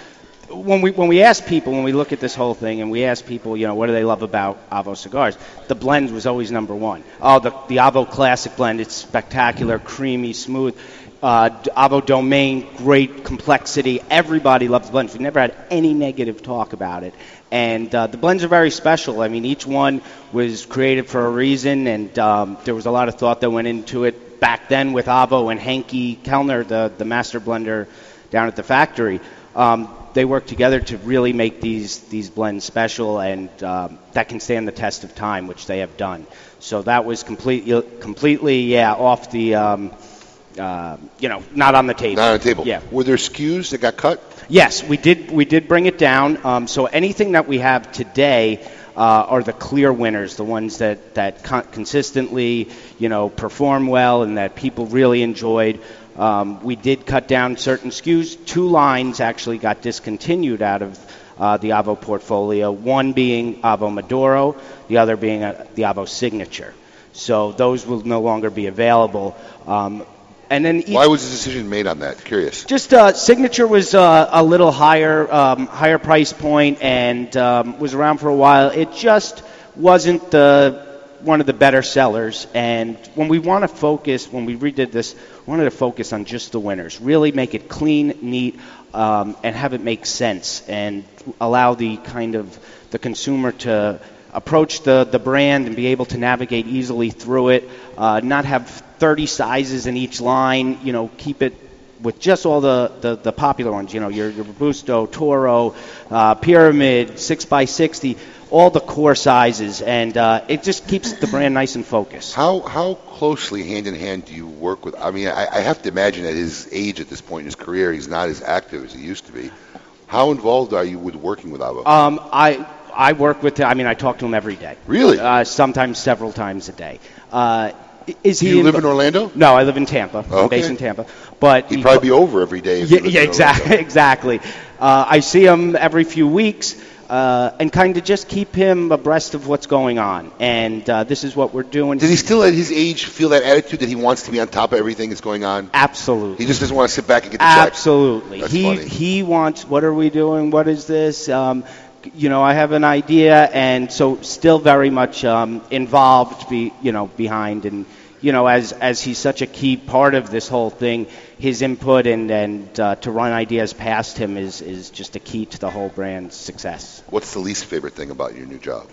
when we when we asked people when we look at this whole thing and we asked people, you know, what do they love about Avo cigars? The blend was always number one. Oh, the the Avo Classic blend. It's spectacular, creamy, smooth. Uh, D- Avo Domain, great complexity. Everybody loves blends. We've never had any negative talk about it. And uh, the blends are very special. I mean, each one was created for a reason, and um, there was a lot of thought that went into it back then with Avo and Henke Kellner, the, the master blender down at the factory. Um, they work together to really make these these blends special, and um, that can stand the test of time, which they have done. So that was completely completely yeah off the um, uh, you know not on the table. Not on the table. Yeah. Were there SKUs that got cut? Yes, we did. We did bring it down. Um, so anything that we have today uh, are the clear winners, the ones that that con- consistently, you know, perform well and that people really enjoyed. Um, we did cut down certain SKUs. Two lines actually got discontinued out of uh, the Avo portfolio. One being Avo Maduro, the other being uh the Avo Signature. So those will no longer be available. Um, and then each Why was the decision made on that? Curious. just uh, signature was uh, a little higher, um, higher price point, and um, was around for a while. It just wasn't the one of the better sellers. And when we want to focus, when we redid this, we wanted to focus on just the winners. Really make it clean, neat, um, and have it make sense, and allow the kind of the consumer to approach the, the brand and be able to navigate easily through it. Uh, not have 30 sizes in each line. You know, keep it with just all the, the, the popular ones, you know, your, your Robusto, Toro, uh, Pyramid, 6x60, all the core sizes, and uh, it just keeps the brand nice and focused. How how closely hand in hand do you work with? I mean, I, I have to imagine at his age, at this point in his career, he's not as active as he used to be. How involved are you with working with Avo? Um, I I work with him. I mean, I talk to him every day. Really? Uh, sometimes several times a day. Uh, i- is Do he? you live in Orlando? No, I live in Tampa. I'm Okay. based in Tampa, but He'd probably be over every day. If he yeah, lived yeah in Orlando. exactly. exactly. Uh, I see him every few weeks uh, and kind of just keep him abreast of what's going on. And uh, this is what we're doing. Does he still, at his age, feel that attitude that he wants to be on top of everything that's going on? Absolutely. He just doesn't want to sit back and get the check. Absolutely. That's he funny. he wants. What are we doing? What is this? Um, you know, I have an idea, and so still very much um, involved. Be you know behind and. You know, as as he's such a key part of this whole thing, his input and and uh, to run ideas past him is is just a key to the whole brand's success. What's the least favorite thing about your new job?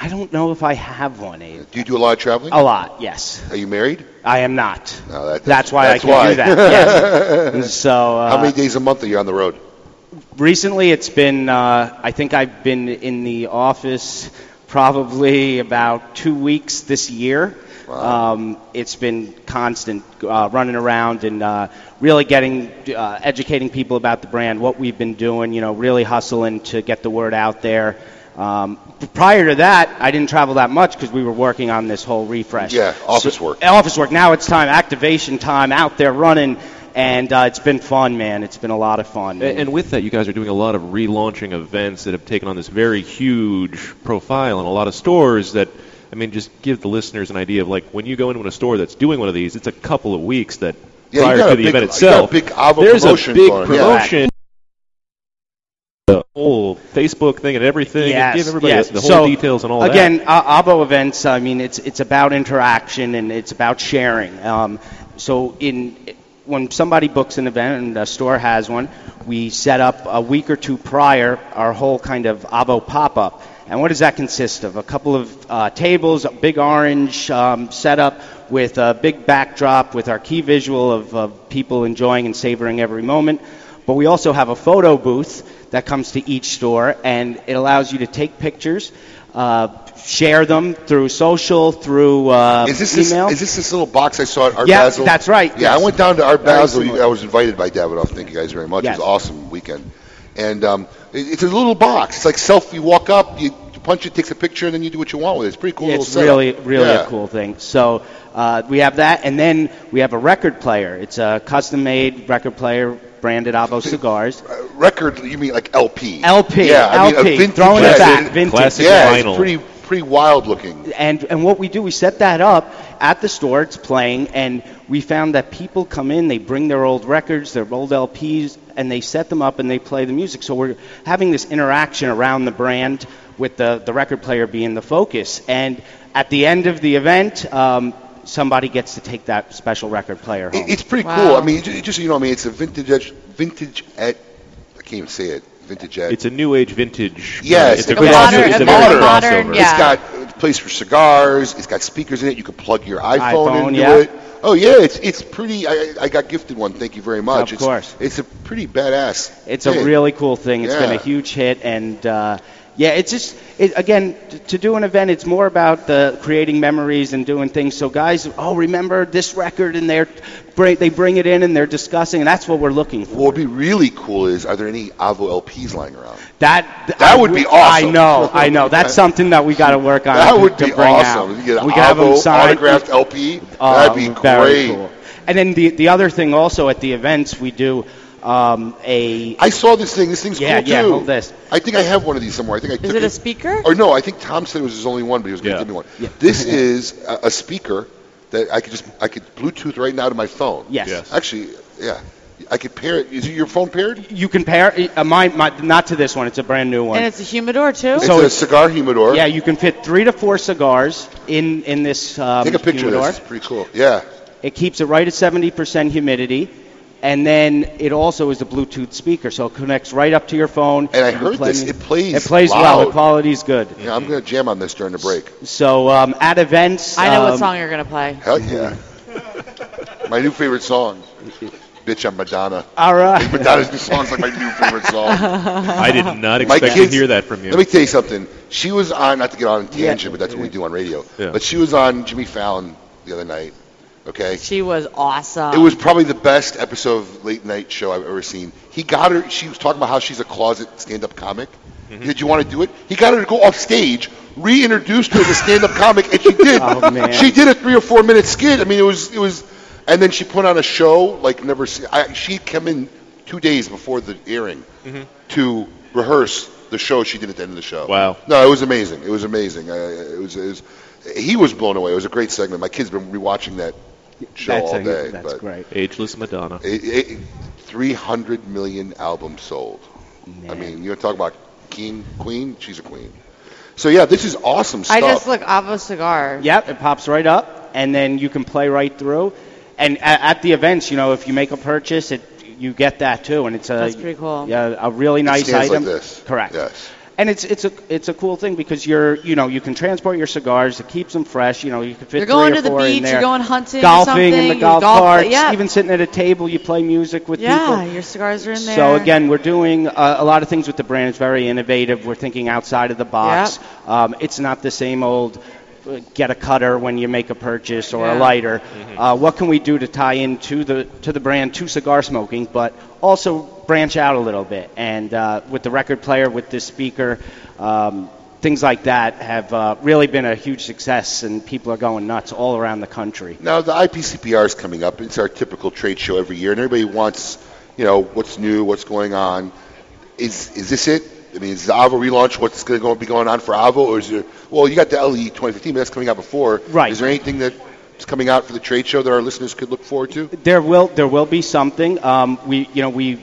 I don't know if I have one, Abe. Do you do a lot of traveling? A lot, yes. Are you married? I am not. No, that, That's why that's I can why. do that. yes. And So uh, How many days a month are you on the road? recently, it's been. Uh, I think I've been in the office probably about two weeks this year. Um, it's been constant uh, running around and uh, really getting uh, educating people about the brand, what we've been doing. You know, really hustling to get the word out there. Um, prior to that, I didn't travel that much because we were working on this whole refresh. Yeah, office work. Office work. Now it's time, activation time, out there running, and uh, it's been fun, man. It's been a lot of fun. A- And with that, you guys are doing a lot of relaunching events that have taken on this very huge profile in a lot of stores that, I mean, just give the listeners an idea of like when you go into a store that's doing one of these, it's a couple of weeks that Yeah, you prior got to a the big- event you got a itself, big Avo there's promotion a big going, yeah. promotion. The whole Facebook thing and everything. Yes, give everybody yes. the, the whole So, details and all that. again, uh, ABO events. I mean, it's it's about interaction and it's about sharing. Um, so in when somebody books an event and a store has one, we set up a week or two prior our whole kind of ABO pop-up. And what does that consist of? A couple of uh, tables, a big orange um, setup with a big backdrop with our key visual of, of people enjoying and savoring every moment. But we also have a photo booth that comes to each store, and it allows you to take pictures, uh, share them through social, through uh, Is this this, email. is this this little box I saw at Art Yeah, Basel? that's right, Yeah, yes. I went down to Art Very Basel. You- similar. I was invited by Davidoff. Thank you guys very much. Yes. It was an awesome weekend. And um, it- it's a little box. It's like self. You walk up, you punch it, takes a picture, and then you do what you want with it. It's pretty cool. it's little setup. really, really Yeah. a cool thing. So uh, we have that, and then we have a record player. It's a custom-made record player branded Avo Cigars. Record? You mean like LP? LP, Yeah, I mean a LP, vintage throwing it classic- back, vintage. yeah, it's pretty pretty wild looking. and and what we do, we set that up at the store. It's playing, and we found that people come in, they bring their old records, their old LPs, and they set them up and they play the music. So we're having this interaction around the brand with the the record player being the focus. And at the end of the event, um, somebody gets to take that special record player home. It's pretty cool. I mean, ju- just so you know, I mean, it's a vintage, edge- vintage at. I can't even say it. Vintage at. It's a new age uh, vintage. Yes, it's a, it's modern- crossover. It's a very modern- crossover. It's got a place for cigars. It's got speakers in it. You can plug your iPhone, iPhone, into yeah. it. Oh yeah, it's it's pretty. I, I- I got gifted one. Thank you very much. Of It's- course. it's, a pretty badass. It's thing. a really cool thing. It's been Yeah. a huge hit, and uh, yeah, it's just it, again t- to do an event. It's more about the creating memories and doing things. So guys, oh, remember this record, and they're bring, they bring it in and they're discussing, and that's what we're looking for. What would be really cool is, are there any Avo LPs lying around? That That would be awesome. I know, I know. That's something that we got to work on. that to- would to be bring awesome. Out. You get an we can have them Avo signed. autographed LP. Oh, That'd be very great. cool. And then the the other thing also at the events we do um, a I saw this thing. This thing's yeah cool yeah too. hold this. I think I have one of these somewhere. I think I Is took it a speaker? Or Oh, no, I think Tom said it was his only one, but he was going to give me one. This is a, a speaker that I could just I could Bluetooth right now to my phone. Yes. Yes. Actually, yeah, I could pair it. Is it your phone paired? You can pair uh, mine, my, not to this one. It's a brand new one. And it's a humidor too. it's a cigar humidor. yeah, you can fit three to four cigars in in this um, Take a picture of humidor. this. It's pretty cool. Yeah. It keeps it right at 70% humidity, and then it also is a Bluetooth speaker, so it connects right up to your phone. And I You can heard play this. mu- It plays It plays well. loud. The quality's good. Yeah, I'm going to jam on this during the break. So um, at events, I know what um, song you're gonna play. Hell yeah. my new favorite song. Bitch, I'm Madonna. All right. Madonna's new song's like my new favorite song. I did not My expect kids- to hear that from you. Let me tell you something. She was on, not to get on a tangent, but that's what we do on radio. But she was on Jimmy Fallon the other night. Okay. She was awesome. It was probably the best episode of late night show I've ever seen. He got her. She was talking about how she's a closet stand-up comic. Mm-hmm. Did you want to do it? He got her to go off stage, reintroduced her as a stand-up comic, and she did. Oh, man. She did a three or four minute skit. I mean, it was it was, and then she put on a show like never. See, I, she came in two days before the airing Mm-hmm. to rehearse the show she did at the end of the show. Wow. No, it was amazing. It was amazing. Uh, it, was, it was. He was blown away. It was a great segment. My kids have been rewatching that show That's all a- day. that's but great. Ageless Madonna. It, it, 300 million albums sold. I mean, you're talking about king, queen. She's a queen. So yeah, this is awesome stuff. I just Look, Avo cigar. Yep, it pops right up, and then you can play right through. And a- at the events, you know, if you make a purchase, it you get that too, and it's a That's pretty cool. Uh, Yeah, a really It nice stands item. Like this. Correct. Yes. And it's it's a it's a cool thing because you're you know you can transport your cigars. It keeps them fresh. You know you can fit. You're going three to or the four in beach, there. you're going hunting or golfing in something, the you golf, golf- carts. yeah. Even sitting at a table, you play music with Yeah, people. your cigars are in there. So again, we're doing uh, a lot of things with the brand. It's very innovative. We're thinking outside of the box. Um, it's not the same old uh, get a cutter when you make a purchase or a Yeah. Mm-hmm. lighter. Uh, what can we do to tie into the to the brand to cigar smoking, but also branch out a little bit? And uh, with the record player, with this speaker. Um, Things like that have uh, really been a huge success, and people are going nuts all around the country. Now the IPCPR is coming up. It's our typical trade show every year, and everybody wants, you know, what's new, what's going on. Is is this it? I mean, is the Avo relaunch what's going to be going on for Avo, or is there? Well, you got the LE 2015, but that's coming out before. Right. Is there anything that's coming out for the trade show that our listeners could look forward to? There will there will be something. Um, we you know we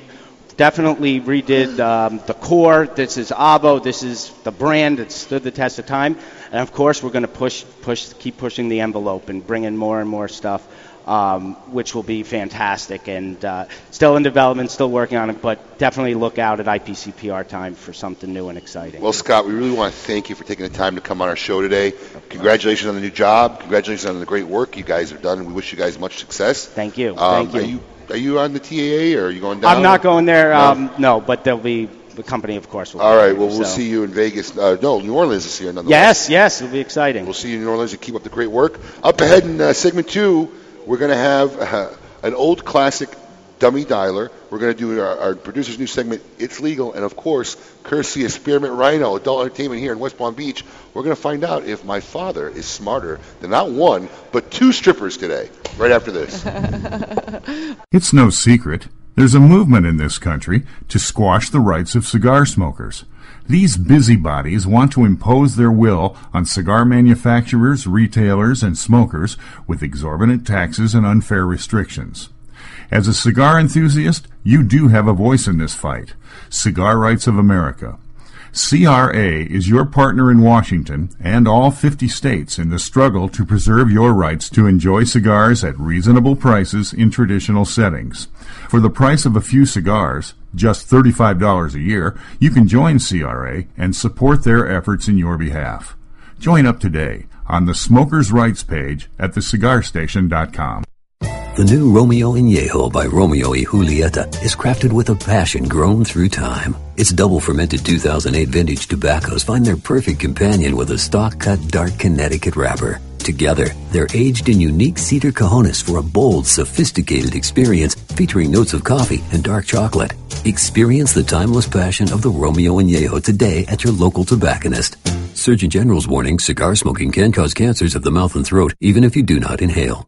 definitely redid um, the core. This is Avo. This is the brand that stood the test of time. And of course, we're going to push push keep pushing the envelope and bring in more and more stuff, um, which will be fantastic. And uh, still in development, still working on it, but definitely look out at IPCPR time for something new and exciting. Well, Scott, we really want to thank you for taking the time to come on our show today. Congratulations on the new job. Congratulations on the great work you guys have done. We wish you guys much success. Thank you. Um, Thank you. Are you are you on the TAA or are you going down? I'm not going there. No. Um, no, but there'll be the company, of course. Will All be right. there, Well, we'll so. see you in Vegas. Uh, no, New Orleans this year. Nonetheless. Yes, yes, it'll be exciting. We'll see you in New Orleans and keep up the great work. Up ahead in uh, segment two, we're going to have uh, an old classic dummy dialer. We're going to do our, our producer's new segment, It's Legal, and of course, courtesy of Spearmint Rhino, adult entertainment here in West Palm Beach, we're going to find out if my father is smarter than not one, but two strippers today, right after this. It's no secret there's a movement in this country to squash the rights of cigar smokers. These busybodies want to impose their will on cigar manufacturers, retailers, and smokers with exorbitant taxes and unfair restrictions. As a cigar enthusiast, you do have a voice in this fight. Cigar Rights of America. CRA is your partner in Washington and all 50 states in the struggle to preserve your rights to enjoy cigars at reasonable prices in traditional settings. For the price of a few cigars, just $35 a year, you can join CRA and support their efforts in your behalf. Join up today on the Smokers' Rights page at thecigarstation.com. The new Romeo and Yeho by Romeo y Julieta is crafted with a passion grown through time. Its double fermented 2008 vintage tobaccos find their perfect companion with a stock cut dark Connecticut wrapper. Together, they're aged in unique cedar cojones for a bold, sophisticated experience featuring notes of coffee and dark chocolate. Experience the timeless passion of the Romeo and Yeho today at your local tobacconist. Surgeon General's warning cigar smoking can cause cancers of the mouth and throat, even if you do not inhale.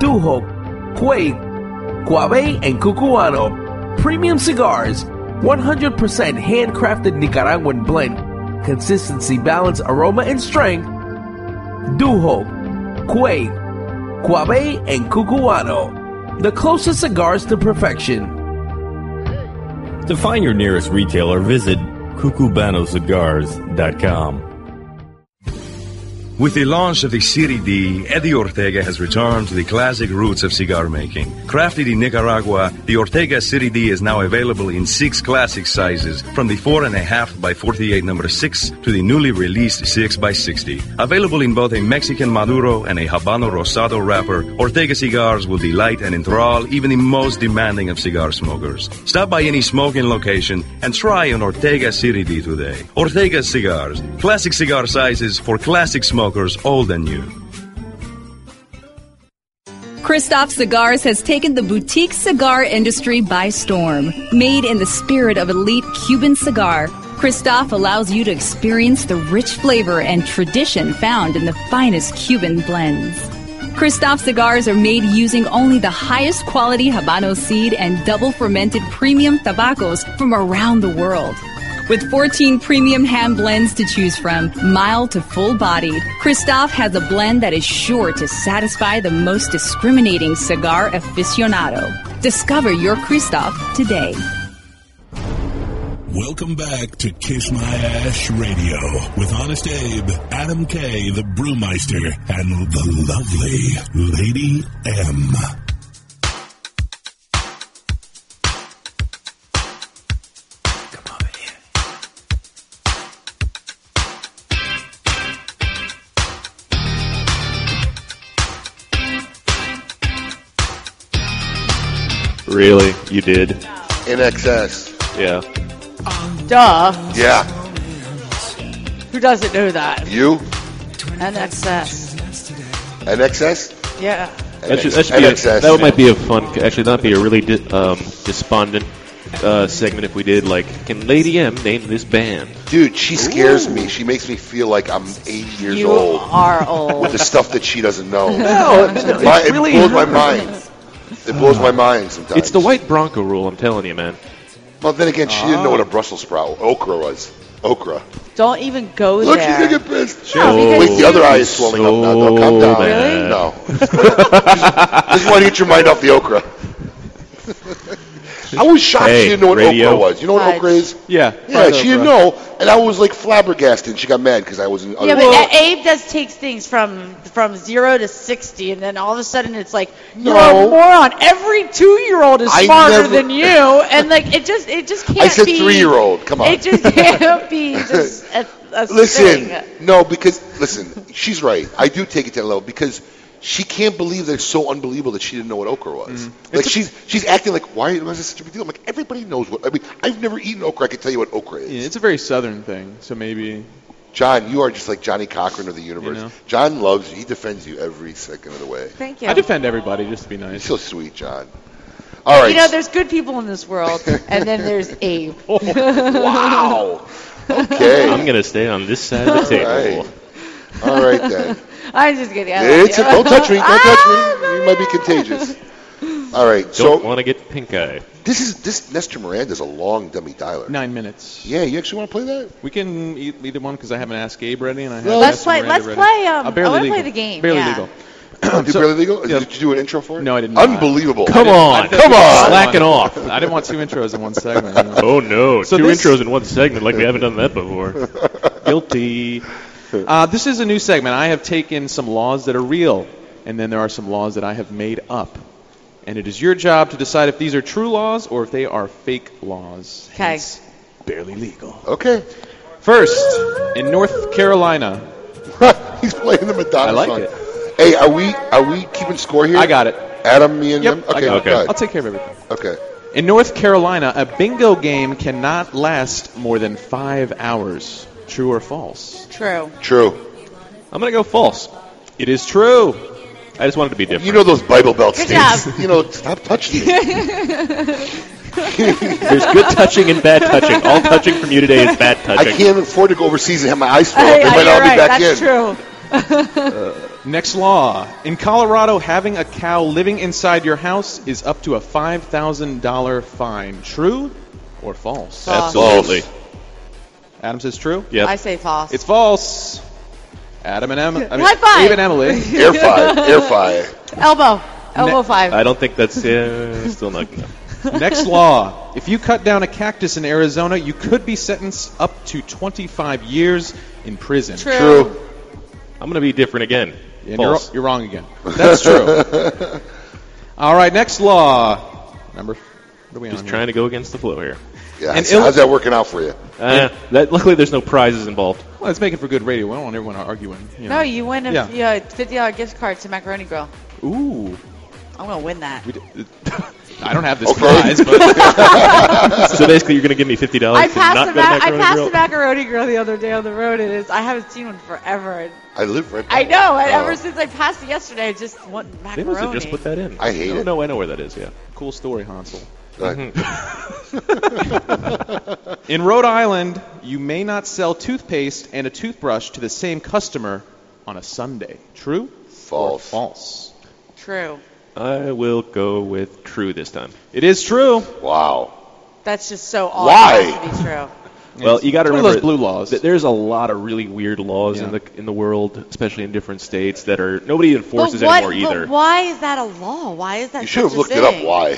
Duho, Quay, Guave, and Cucuano. Premium cigars, 100% handcrafted Nicaraguan blend. Consistency, balance, aroma, and strength. Duho, Quay, Guave, and Cucuano. The closest cigars to perfection. To find your nearest retailer, visit cucubanocigars.com. With the launch of the Serie D, Eddie Ortega has returned to the classic roots of cigar making. Crafted in Nicaragua, the Ortega Serie D is now available in six classic sizes, from the 4.5 by 48 number 6 to the newly released 6 by 60. Available in both a Mexican Maduro and a Habano Rosado wrapper, Ortega cigars will delight and enthrall even the most demanding of cigar smokers. Stop by any smoking location and try an Ortega Serie D today. Ortega Cigars, classic cigar sizes for classic smokers smokers old and new. Christoph Cigars has taken the boutique cigar industry by storm. Made in the spirit of elite Cuban cigar, Christoph allows you to experience the rich flavor and tradition found in the finest Cuban blends. Christoph cigars are made using only the highest quality Habano seed and double fermented premium tobaccos from around the world. With 14 premium hand blends to choose from, mild to full bodied, Christoph has a blend that is sure to satisfy the most discriminating cigar aficionado. Discover your Christoph today. Welcome back to Kiss My Ash Radio with Honest Abe, Adam K, the Brewmeister, and the lovely Lady M. Really? You did? In excess. Yeah. Duh. Yeah. Who doesn't know that? You? NXS. In excess? Yeah. That should, that, should be a, that might be a fun, actually, that'd be a really di- um, despondent uh, segment if we did, like, can Lady M name this band? Dude, she scares me. She makes me feel like I'm 80 years You old. are old. With the stuff that she doesn't know. No, it, it's my- it really blows my her. mind. It blows my mind sometimes. It's the White Bronco rule, I'm telling you, man. well, then again, she didn't know Oh. what a Brussels sprout okra was. Okra. Don't even go Look, she's there. gonna get pissed. Oh, No, Wait, because the other you- eye is swelling up now. No, calm down. mad. No. just want to get your mind off the okra. I was shocked Hey, she didn't know what radio. okra was. You know what okra is? Yeah. Yeah, she didn't know, and I was like flabbergasted. and She got mad because I was. In, I Yeah, was but A- Abe does takes things from from zero to sixty, and then all of a sudden it's like you're No. a moron. Every two year old is I smarter never- than you, and like it just it just can't. I said be, three-year-old. Come on. It just can't be just a, a listen, thing. no, because listen, she's right. I do take it to that level because she can't believe that it's so unbelievable that she didn't know what okra was. Mm-hmm. Like she's she's acting like why was it such a big deal? I'm like everybody knows what. I mean, I've never eaten okra. I can tell you what okra is. Yeah, it's a very southern thing, so maybe John, you are just like Johnny Cochran of the universe. know. John loves you. He defends you every second of the way. Thank I defend everybody just to be nice. You're so sweet, John. All right. You know, there's good people in this world, and then there's Abe. Oh, wow. Okay. I'm going to stay on this side of the table. All right then. I'm just kidding. I love It's you. don't touch me. Don't touch me. You might be contagious. All right. so Don't want to get pink eye. this is this Nestor Miranda's a long dummy dialer. Nine minutes. Yeah, you actually want to play that? We can eat either one because I haven't asked Gabe ready, and I have Well, Let's Nestor play. Miranda Let's ready. play. Um, Uh, barely I want to legal. play the game. Barely yeah. legal. Did So- barely legal? Did you do an intro for it? No, I didn't. Unbelievable. I didn't- I didn't- Come on. Slacking off. I didn't want two intros in one segment. you know. Oh no! So Two this- intros in one segment, like we haven't done that before. Guilty. Uh, this is a new segment. I have taken some laws that are real, and then there are some laws that I have made up. And it is your job to decide if these are true laws or if they are fake laws. Okay. Barely legal. Okay. First, in North Carolina. He's playing the Madonna I like song. it. Hey, are we are we keeping score here? I got it. Adam, me, and Yep, them. I Okay. got it. go ahead. I'll take care of everything. Okay. In North Carolina, a bingo game cannot last more than five hours. True or false? True. True. I'm gonna go false. It is true. I just wanted to be different. You know those Bible belt Good states. job. You know, stop touching me. There's good touching and bad touching. All touching from you today is bad I touching. can't afford to go overseas and have my eyes swell. Hey, They might you're all be right. back That's in. true. Next law. In Colorado, having a cow living inside your house is up to a $5,000 fine. True or false? False. Absolutely. Adam says true. I Yep. say false. It's false. Adam and Emily. I mean, High five. Gabe and Emily. Air fire. Air fire. Elbow. Elbow five. I don't think that's uh, still not good. Next law. If you cut down a cactus in Arizona, you could be sentenced up to 25 years in prison. True. True. I'm gonna be different again. And you're, False. you're wrong again. That's true. All right, next law. Number. What are we Just on? trying to go against the flow here. Yeah. And how's, ill- how's that working out for you? Uh, that, luckily, there's no prizes involved. Here? Well, let's make it for good radio. I don't want everyone arguing. You No, know. you win a Yeah. yeah, $50 gift card to Macaroni Grill. Ooh. I'm going to win that. We d- I don't have this Okay. prize, but so basically, you're gonna give me fifty dollars. I passed, not the go to ma- I Macaroni passed Grill? the macaroni grill the other day on the road, and it's, I haven't seen one forever. I live right. I by- know, and Oh. ever since I passed it yesterday, I just want They macaroni. must have just put that in. I hate oh, it. No, I know where that is. Yeah. Mm-hmm. cool story, Hansel. Right. In Rhode Island, you may not sell toothpaste and a toothbrush to the same customer on a Sunday. True or False. false? True. I will go with true this time. It is true. Wow. That's just so odd. Why? It has to be true. Well, you got to It's one of remember those blue laws. that there's a lot of really weird laws in Yeah. the in the world, especially in different states that are nobody enforces but what, anymore either. But why is that a law? Why is that You such should have a looked it thing? up. Why?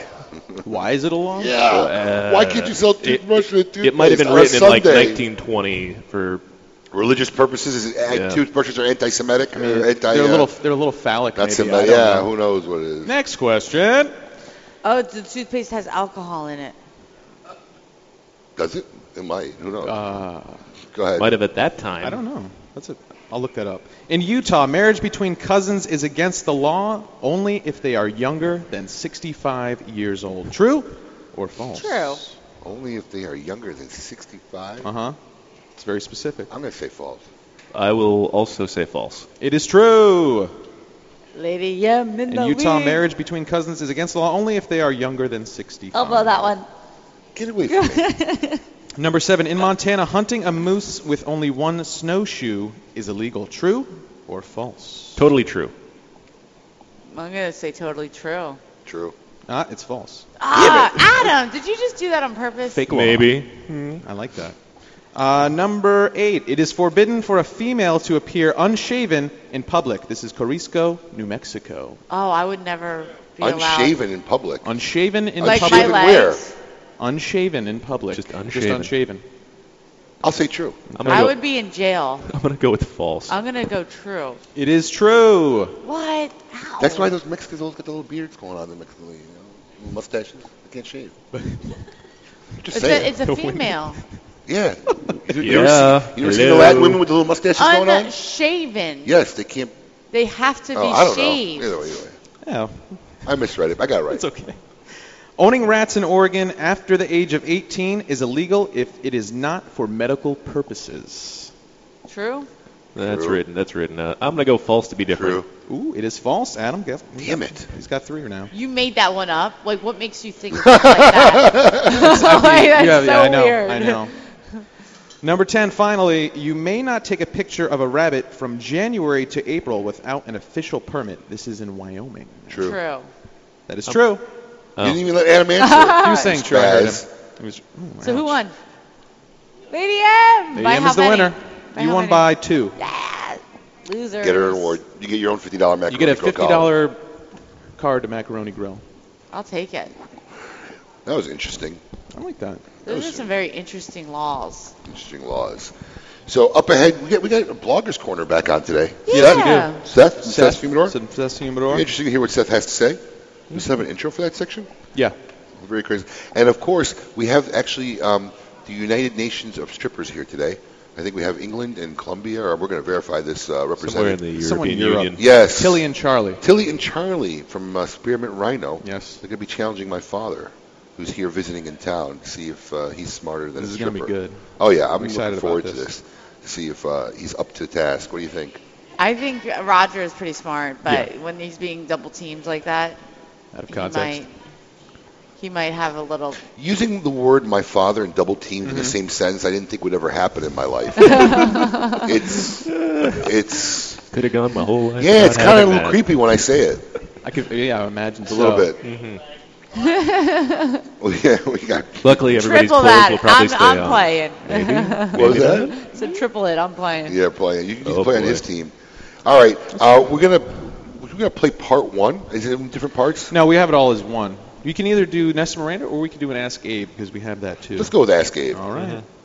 Why is it a law? Yeah. Uh, Why can't you sell it- toothbrush with toothpaste It might have been on a written in like Sunday? 1920 for Religious purposes is uh, Yeah. toothbrushes are anti-Semitic or anti. They're uh, a little they're a little phallic. not maybe. I Semitic. don't Yeah. know. Who knows what it is? Next question. Oh, the toothpaste has alcohol in it. Does it? It might. Who knows? Uh, Go ahead. might have at that time. I don't know. That's a, I'll look that up. In Utah, marriage between cousins is against the law only if they are younger than 65 years old. True or false? True. Only if they are younger than 65. Uh huh. It's very specific. I'm gonna say false. I will also say false. It is true. Lady Yum in, In the Utah, weed. marriage between cousins is against the law only if they are younger than 65. I'll blow that one. Get away from me. Number seven. In Montana, hunting a moose with only one snowshoe is illegal. True or false? Totally true. I'm gonna say totally true. True. Ah, it's false. Ah, Adam, did you just do that on purpose? Fake law. Maybe. I like that. Uh, number eight. It is forbidden for a female to appear unshaven in public. This is Corisco, New Mexico. Oh, I would never be Unshaven in public. Unshaven in allowed. Like public. my Unshaven where? legs. Unshaven in public. Just unshaven. unshaven. I'll say true. I'm gonna I go, would be in jail. I'm gonna go with false. I'm gonna go true. It is true. What? Ow. That's why those Mexicans always got the little beards going on in Mexico. You know, mustaches. They can't shave. Just It's saying. a, it's a female. yeah. You, you Yeah. ever see, you ever see the Latin Hello. women with the little mustaches Oh, going on? Unshaven. Yes, they can't. They have to be Oh, I don't shaved. know. Either way, either way. Yeah, I misread it. I got it right. it's okay. Owning rats in Oregon after the age of 18 is illegal if it is not for medical purposes. True. That's True. written. That's written. Uh, I'm gonna go false to be different. Ooh, it is false. Adam, get, damn it. He's got three now. You made that one up. Like, what makes you think it's like that? Like, that's You have- so yeah, I know. weird. I know. Number 10, finally, you may not take a picture of a rabbit from January to April without an official permit. This is in Wyoming. True. True. That is true. You didn't even let Adam answer. He was saying true. I heard him. He was- oh, So wow. who won? Lady M. Lady by M how is the many? winner. By you how won many? by two. Loser. Get her an award. You get your own fifty dollar You macaroni. get a grill fifty dollar card to Macaroni Grill. I'll take it. column. That was interesting. I like that. Those are some very interesting laws. Interesting laws. So up ahead, we got we got a bloggers corner back on today. Yeah. Seth, Yeah, we do. Seth, Seth Humidor. Seth It'd Humidor. be interesting to hear what Seth has to say. We still have an intro for that section. Yeah. Very crazy. And of course, we have actually um, the United Nations of strippers here today. I think we have England and Colombia, or we're going to verify this uh, Somewhere in represented. the Someone in European Europe. Union. Yes. Tilly and Charlie. Tilly and Charlie from uh, Spearmint Rhino. Yes. They're going to be challenging my father, who's here visiting in town, to see if uh, he's smarter than This a is stripper. gonna be good. Oh yeah, I'm, I'm excited looking forward about to this. this. To see if uh, he's up to the task. What do you think? I think Roger is pretty smart, but when he's being double teamed like that, Out of he context. might he might have a little. Using the word "my father" and double teamed in the Mm-hmm. same sentence, I didn't think would ever happen in my life. it's it's Could have gone my whole life. yeah, without it's kind of a having little that. creepy when I say it. I could, yeah, I imagine A little so. bit. Mm-hmm. Well, yeah, we got. Luckily, everybody's triple clothes that. will I'm, probably stay I'm on. playing. What was that? so triple it. I'm playing. Yeah, playing. You can Oh, play on boy. his team. All right, uh, we're gonna we're gonna play part one. Is it in different parts? No, we have it all as one. You can either do Nessa Miranda or we can do an Ask Abe because we have that too. Let's go with Ask Abe. All right. Mm-hmm.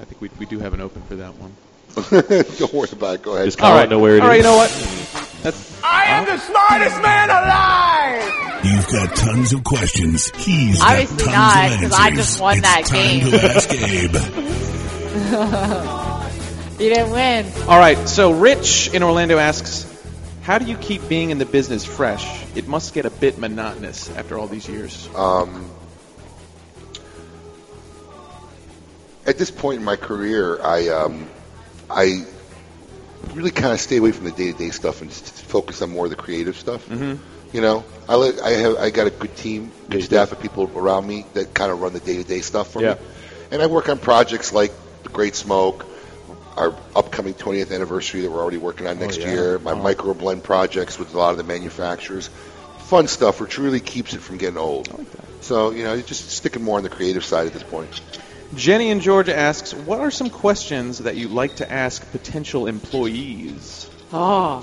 I think we, we do have an open for that one. Don't worry about it. Go ahead. Just call it, know where it is. All right, you know what? That's I am the smartest man alive! You've got tons of questions. He's got Obviously tons not, of 'cause answers. I just won it's that time To game. ask Abe. you didn't win. all right. So Rich in Orlando asks, "How do you keep being in the business fresh? It must get a bit monotonous after all these years." Um, at this point in my career, I um, I really kind of stay away from the day to day stuff and just focus on more of the creative stuff. Mm-hmm. You know, I let, I have I got a good team, good staff of people around me that kind of run the day to day stuff for Yeah. me, and I work on projects like the Great Smoke, our upcoming 20th anniversary that we're already working on next Oh, yeah. Uh-huh. year, my micro blend projects with a lot of the manufacturers, fun stuff which really keeps it from getting old. So you know, you're just sticking more on the creative side at this point. Jenny in Georgia asks, "What are some questions that you like to ask potential employees?" Oh.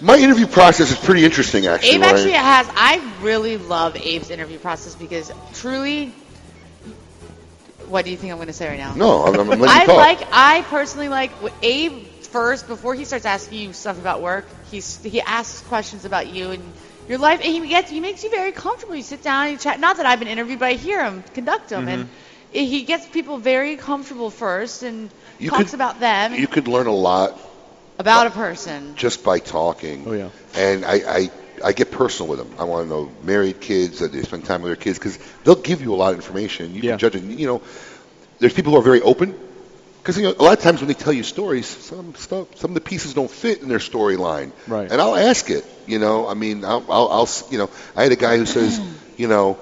My interview process is pretty interesting, actually. Abe Lauren. actually has. I really love Abe's interview process because truly. What do you think I'm going to say right now? no, I'm, I'm letting you I talk. like. I personally like wh- Abe first before he starts asking you stuff about work. He's he asks questions about you and your life, and he gets he makes you very comfortable. You sit down, you chat. Not that I've been interviewed, but I hear him conduct them, and i- he gets people very comfortable first and Mm-hmm. You talks could- about them, you could learn a lot about a person. just by talking. Oh yeah. and I, I, I get personal with them. I want to know married kids that they spend time with their kids because they'll give you a lot of information. You Yeah. can judge it. You know, there's people who are very open because you know a lot of times when they tell you stories, some stuff, some of the pieces don't fit in their storyline. Right. And I'll ask it. You know, I mean, I'll, I'll, I'll s- you know, I had a guy who says, you know.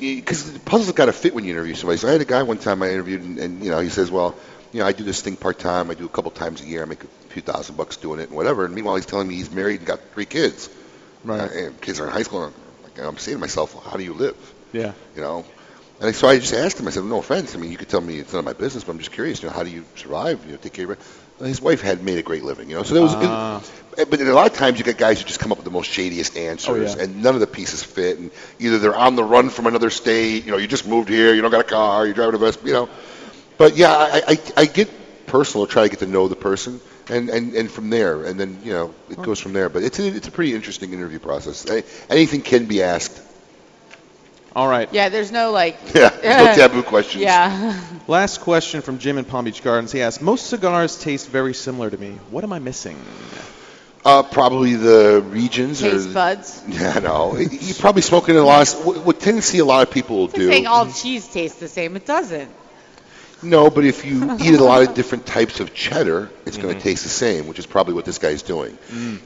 Because the puzzle's got to fit when you interview somebody. So I had a guy one time I interviewed, and, and you know, he says, "Well, you know, I do this thing part time. I do a couple times a year. I make a few thousand bucks doing it and whatever. And meanwhile, he's telling me he's married and got three kids. Right. Uh, and kids are in high school. And I'm, like, I'm saying to myself, well, how do you live? Yeah. You know? And so I just asked him, I said, no offense. I mean, you could tell me it's none of my business, but I'm just curious. You know, how do you survive? You know, take care of it. And his wife had made a great living, you know? So there was. it- Ah. Eh, but a lot of times you get guys who just come up with the most shadiest answers, Oh, yeah. and none of the pieces fit. And either they're on the run from another state, you know, you just moved here, you don't got a car, you're driving a bus, you know. But yeah, I, I, I get personal, try to get to know the person, and, and, and from there, and then you know it goes from there. But it's a, it's a pretty interesting interview process. A- Anything can be asked. All right. Yeah, there's no like. Yeah, no taboo questions. Yeah. Last question from Jim in Palm Beach Gardens. He asks, "Most cigars taste very similar to me. What am I missing?" Uh, probably the regions Taste or buds. yeah, no, you probably smoking a lot. What, what tendency a lot of people will They're do. saying all cheese tastes the same. It doesn't. No, but if you eat a lot of different types of cheddar, it's going to taste the same, which is probably what this guy's doing.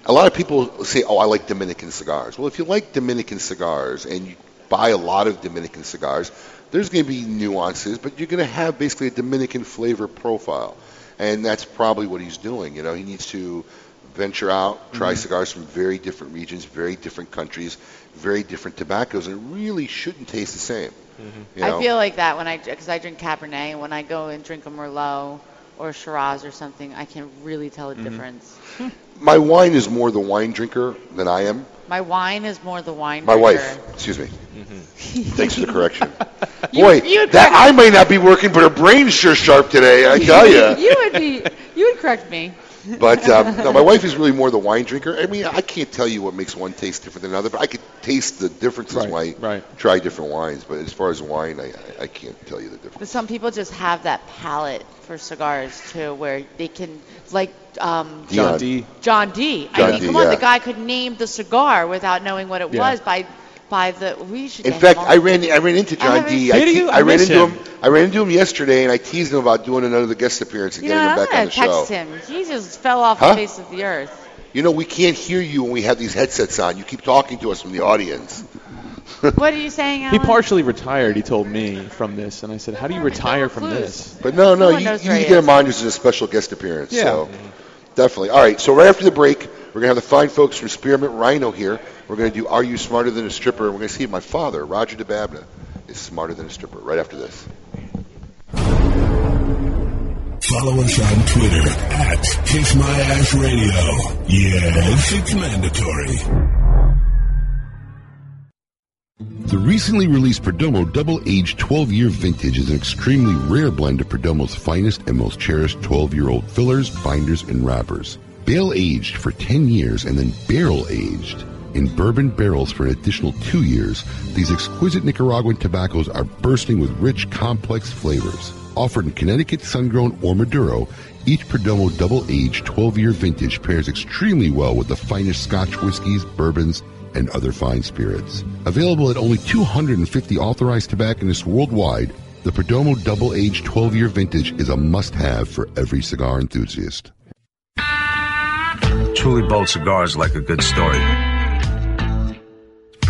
A lot of people say, "Oh, I like Dominican cigars." Well, if you like Dominican cigars and you buy a lot of Dominican cigars, there's going to be nuances, but you're going to have basically a Dominican flavor profile, and that's probably what he's doing. You know, he needs to venture out, try Mhm. cigars from very different regions, very different countries, very different tobaccos, and it really shouldn't taste the same. You know? I feel like that when I because I drink Cabernet. When I go and drink a Merlot or a Shiraz or something, I can really tell Mm-hmm. a difference. My wine is more the wine drinker than I am. My wine is more the wine. My drinker. Mm-hmm. wife, excuse me. Thanks for the correction. You- Boy, you- that I may not be working, but her brain's sure sharp today. I tell you. you would be. You would correct me. But um, no, my wife is really more the wine drinker. I mean, I can't tell you what makes one taste different than another, but I could taste the differences when I try different wines. But as far as wine, I, I can't tell you the difference. But some people just have that palate for cigars too, where they can like um, John D. John D. I John mean, D, come on, yeah. the guy could name the cigar without knowing what it Yeah. was by by the. We should. In get fact, him I on. ran I ran into John D. Did I te- you? I I ran miss into him. him. I ran into him yesterday, and I teased him about doing another guest appearance and You know, getting him I'm back on gonna the text show. him. He just fell off Huh? the face of the earth. You know, we can't hear you when we have these headsets on. You keep talking to us from the audience. What are you saying, He Alan? partially retired, he told me, from this. And I said, How do you retire from this? But no, no, Someone you, knows you where need to he get is. him on just as a special guest appearance. Yeah. So definitely. All right. So right after the break, we're gonna have the fine folks from Spearmint Rhino here. We're gonna do Are You Smarter Than a Stripper? And we're gonna see if my father, Roger DeBabna, is smarter than a stripper. Right after this. Follow us on Twitter at Kiss My Ash Radio. Yes, it's mandatory. The recently released Perdomo Double Aged 12 Year Vintage is an extremely rare blend of Perdomo's finest and most cherished 12 year old fillers, binders, and wrappers. Bale aged for 10 years and then barrel aged in bourbon barrels for an additional two years, these exquisite Nicaraguan tobaccos are bursting with rich, complex flavors. Offered in Connecticut, Sun-Grown, or Maduro, each Perdomo Double Aged 12 year vintage pairs extremely well with the finest Scotch whiskies, bourbons, and other fine spirits. Available at only 250 authorized tobacconists worldwide, the Perdomo Double Aged 12 year vintage is a must have for every cigar enthusiast. Truly bold cigars like a good story.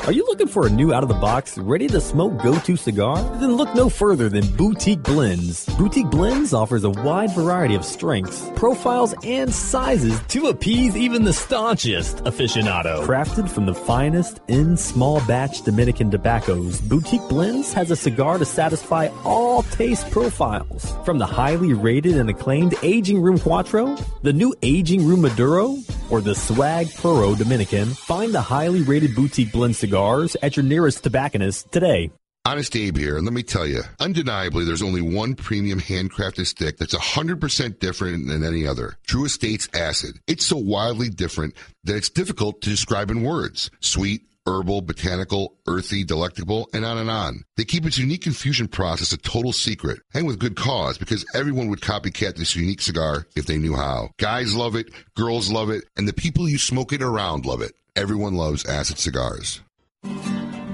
Are you looking for a new out of the box, ready to smoke go to cigar? Then look no further than Boutique Blends. Boutique Blends offers a wide variety of strengths, profiles, and sizes to appease even the staunchest aficionado. Crafted from the finest in small batch Dominican tobaccos, Boutique Blends has a cigar to satisfy all taste profiles. From the highly rated and acclaimed Aging Room Quattro, the new Aging Room Maduro, or the Swag Puro Dominican, find the highly rated Boutique Blend cigars at your nearest tobacconist today. Honest Abe here, and let me tell you, undeniably, there's only one premium handcrafted stick that's 100% different than any other. True Estates Acid. It's so wildly different that it's difficult to describe in words. Sweet, herbal, botanical, earthy, delectable, and on and on. They keep its unique infusion process a total secret, and with good cause, because everyone would copycat this unique cigar if they knew how. Guys love it, girls love it, and the people you smoke it around love it. Everyone loves acid cigars.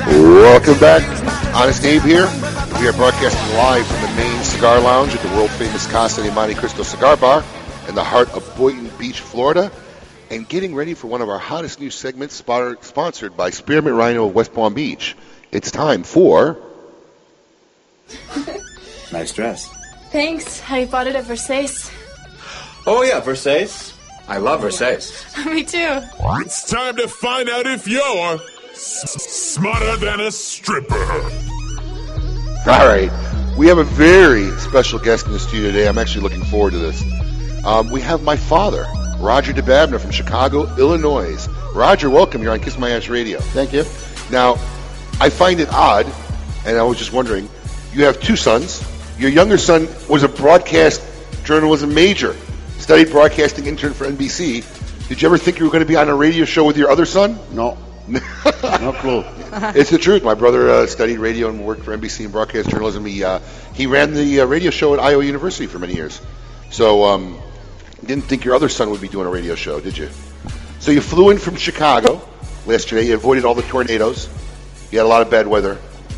Welcome back. Honest Abe here. We are broadcasting live from the main cigar lounge at the world famous Casa de Monte Cristo Cigar Bar in the heart of Boynton Beach, Florida, and getting ready for one of our hottest new segments spar- sponsored by Spearmint Rhino of West Palm Beach. It's time for. Nice dress. Thanks. I bought it at Versace. Oh, yeah, Versace. I love Versace. Me too. It's time to find out if You're smarter than a stripper. All right. We have a very special guest in the studio today. I'm actually looking forward to this. Um, we have my father, Roger DeBabner from Chicago, Illinois. Roger, welcome. You're on Kiss My Ash Radio. Thank you. Now, I find it odd, and I was just wondering, you have two sons. Your younger son was a broadcast journalism major, studied broadcasting intern for NBC. Did you ever think you were going to be on a radio show with your other son? No. no clue. It's the truth. My brother uh, studied radio and worked for NBC and broadcast journalism. He uh, he ran the uh, radio show at Iowa University for many years. So um, didn't think your other son would be doing a radio show, did you? So you flew in from Chicago last year. You avoided all the tornadoes. You had a lot of bad weather.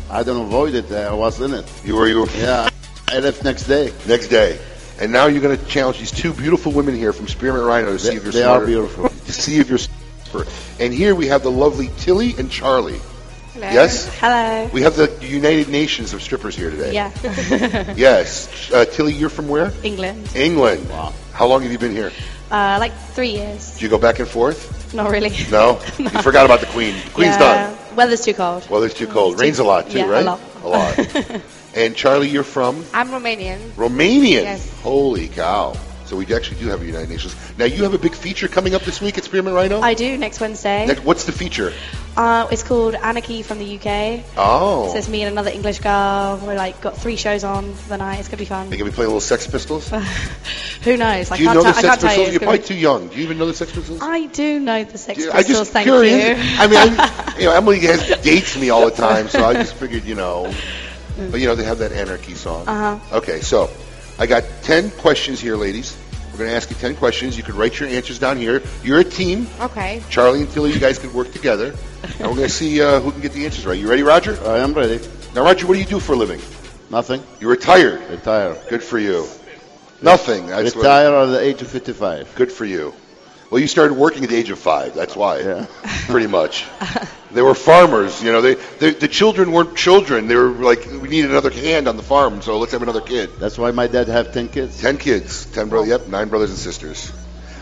I didn't avoid it. I was in it. You were you were yeah. I left next day. Next day. And now you're going to challenge these two beautiful women here from Spearmint Rhino to see if you're they smarter. are beautiful. To see if you're smarter. And here we have the lovely Tilly and Charlie. Yes? Hello. We have the United Nations of strippers here today. Yeah. Yes. Uh, Tilly, you're from where? England. England. How long have you been here? Uh, like three years. Did you go back and forth? Not really. No? You forgot about the Queen. The Queen's yeah. Weather's too cold. done. Well, it's too cold. Rains a lot, too, yeah, a right? lot. A lot. and Charlie, you're from? I'm Romanian. Romanian. Yes. Holy cow. So we actually do have a United Nations. Now, you have a big feature coming up this week at Spearmint Rhino? I do next Wednesday. Oh. Next- What's the feature? Uh, it's called Anarchy from the UK. Oh. So it's me and another English girl. We're like got three shows on for the night. It's gonna be fun. They going to be playing a little Sex Pistols? Who knows? I do you can't tell- know the I Sex can't tell you. It's Pistols? You're gonna probably be- too young. Do you even know the Sex Pistols? I do know the Sex I Pistols. just thank curious. you. I mean, I, you know, Emily has dates me all the time, so I just figured, you know, Mm. but you know, they have that anarchy song. Uh-huh. Okay, so I got ten questions here, ladies. We're going to ask you ten questions. You can write your answers down here. You're a team. Okay. Charlie and Tilly, you guys can work together, and we're going to see uh, who can get the answers right. You ready, Roger? I am ready. Now, Roger, what do you do for a living? Nothing. You retired. Retired. Good for you. Nothing. That's what- Retire at the age of 55. Good for you. Well, you started working at the age of five. That's why. Pretty much. they were farmers. You know, they, they the children weren't children. They were like, we need another hand on the farm, so let's have another kid. That's why my dad had ten kids. Ten kids. Ten brothers. Yep, nine brothers and sisters.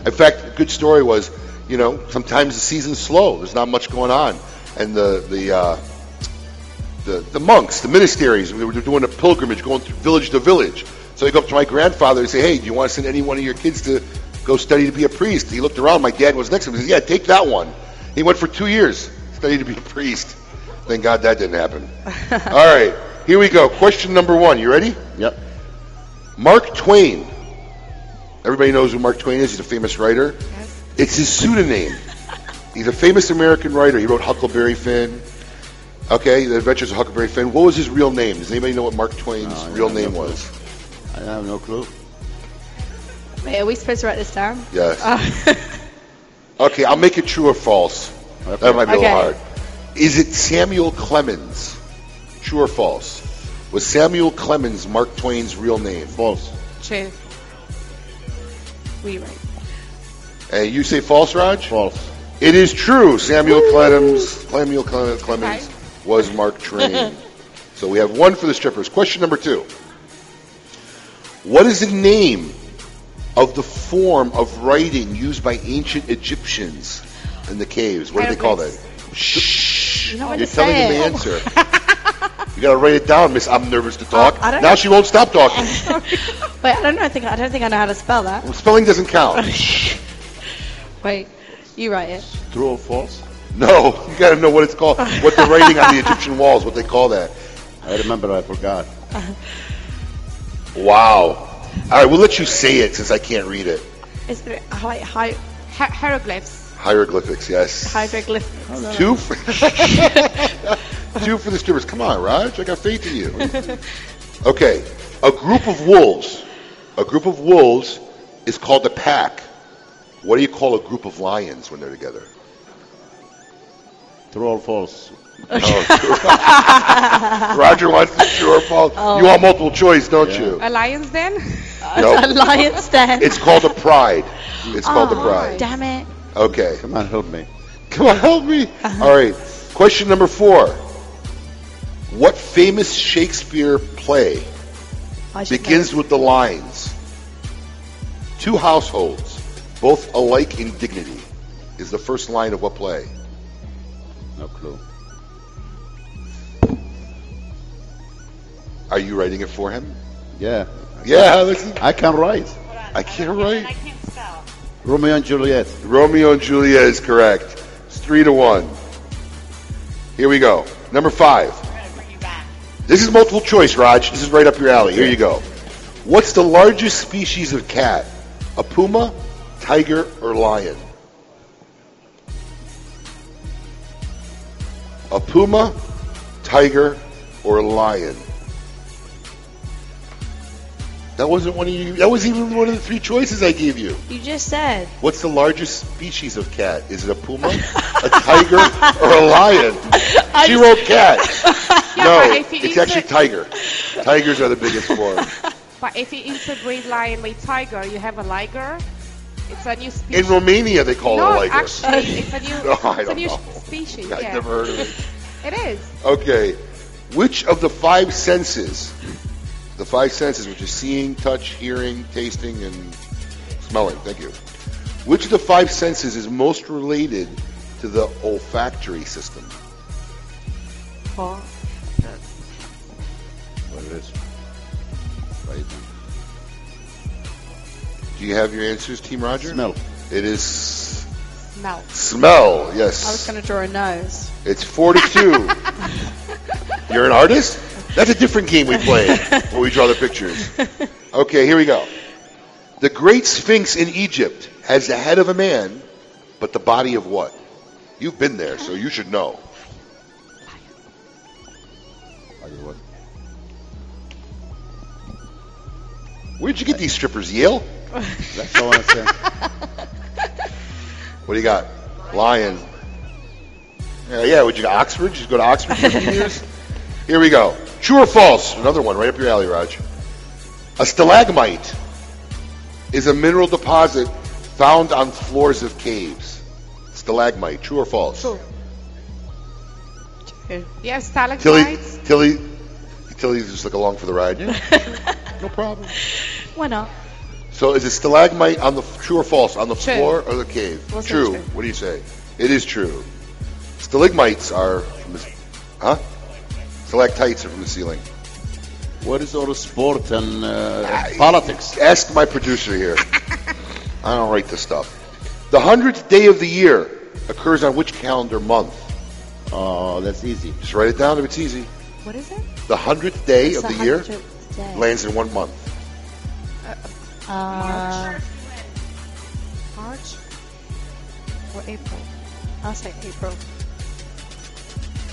In fact, a good story was, you know, sometimes the season's slow. There's not much going on, and the the uh, the, the monks, the ministries, they were doing a pilgrimage, going through village to village. So they go up to my grandfather and say, "Hey, do you want to send any one of your kids to go study to be a priest?" He looked around. My dad was next to him. He said, "Yeah, take that one." He went for two years, studied to be a priest. Thank God that didn't happen. All right, here we go. Question number one. You ready? Yep. Mark Twain. Everybody knows who Mark Twain is. He's a famous writer. It's his pseudonym. He's a famous American writer. He wrote Huckleberry Finn. Okay, The Adventures of Huckleberry Finn. What was his real name? Does anybody know what Mark Twain's real name was? I have no clue. Wait, are we supposed to write this down? Yes. Oh. Okay, I'll make it true or false. That might Okay. be a little hard. Is it Samuel Clemens? True or false? Was Samuel Clemens Mark Twain's real name? False. True. We write. And you say false, Raj? False. It is true. Samuel Clemens, Samuel Cle- Clemens was Mark Twain. so we have one for the strippers. Question number two. What is the name of the form of writing used by ancient Egyptians in the caves? What do they call that? You know what You're to telling say. them the answer. you gotta write it down, Miss. I'm nervous to talk. Oh, I don't now know. she won't stop talking. Wait, I don't know. I think I don't think I know how to spell that. Well, spelling doesn't count. Wait, you write it. True or false? No, you gotta know what it's called. What the writing on the Egyptian walls, what they call that. I remember, I forgot. Wow. All right, we'll let you say it since I can't read it. Is it hi, hi, her- hieroglyphs? Hieroglyphics, yes. Hieroglyphics. Two for, two for the strippers. Come on, Raj. I got faith in you. Okay, a group of wolves. A group of wolves is called a pack. What do you call a group of lions when they're together? True or false? Oh, Roger wants the sure false. Oh. You want multiple choice, don't you? A lion's den? Nope. A lion's den. It's called a pride. It's called a Oh, pride. Damn it. Okay. Come on, help me. Come on, help me. All right. Question number four. What famous Shakespeare play I should begins with the lines Two households, both alike in dignity, is the first line of what play? No clue. Are you writing it for him? Yeah. Yeah, listen. I can write. I can't write. Romeo and Juliet. Romeo and Juliet is correct. It's three to one. Here we go. Number five. This is multiple choice, Raj. This is right up your alley. Here you go. What's the largest species of cat? A puma, tiger, or lion? A puma, tiger, or lion? That wasn't one of you. That was even one of the three choices I gave you. You just said. What's the largest species of cat? Is it a puma, a tiger, or a lion? She wrote cat. Yeah, no, but if you it's actually insert- tiger. Tigers are the biggest one. But if you interbreed lion with tiger, you have a liger. It's a new species. In Romania, they call no, it a liger. actually, it's a new, No, I it's a don't new know. species. I've yeah. never heard of it. It is. Okay, which of the five senses, the five senses, which is seeing, touch, hearing, tasting, and smelling? Thank you. Which of the five senses is most related to the olfactory system? Oh. What it is? Right. Do you have your answers, Team Roger? Smell. It is No. smell. I was Yes, going to draw a nose. it's forty-two. You're an artist. That's a different game we play where we draw the pictures. Okay, here we go. The Great Sphinx in Egypt has the head of a man, but the body of what? You've been there, so you should know. Where'd you get these strippers, Yale? That's all I'm saying. What do you got? Lion. Yeah, yeah. Would you go to Oxford? Just go to Oxford for a few years. Here we go. True or false? Another one right up your alley, Raj. A stalagmite is a mineral deposit found on floors of caves. Stalagmite. True or false? True. True. Yeah, Tilly, stalagmites. Tilly, Tilly's just like along for the ride. no problem. Why not? So is it stalagmite on the true or false on the True. floor or the cave? We'll say true. true. What do you say? It is true. Stalagmites are from the huh? Stalactites are from the ceiling. What is all the sport and uh, Politics. Ask my producer here. I don't write this stuff. The hundredth day of the year occurs on which calendar month? Oh, that's easy. Just write it down if it's easy. What is it? The hundredth day It's of the year 100th day. lands in one month. Uh, March or April? I'll say April.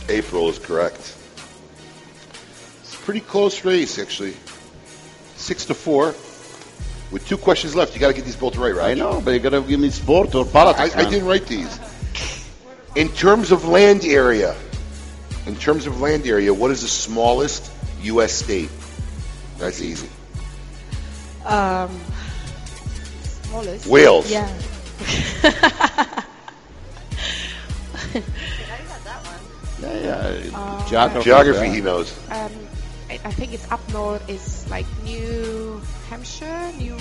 April is correct. It's a pretty close race, actually. Six to four. With two questions left, you got to get these both right, right? I know, but you gotta give me sport or politics. I, I man. didn't write these. In terms of land area, in terms of land area, what is the smallest U.S. state? That's easy. Um, smallest. Wales. Yeah. Yeah, yeah. Uh, geography. yeah. he knows. Um, I, I think it's up north. Is like New Hampshire, New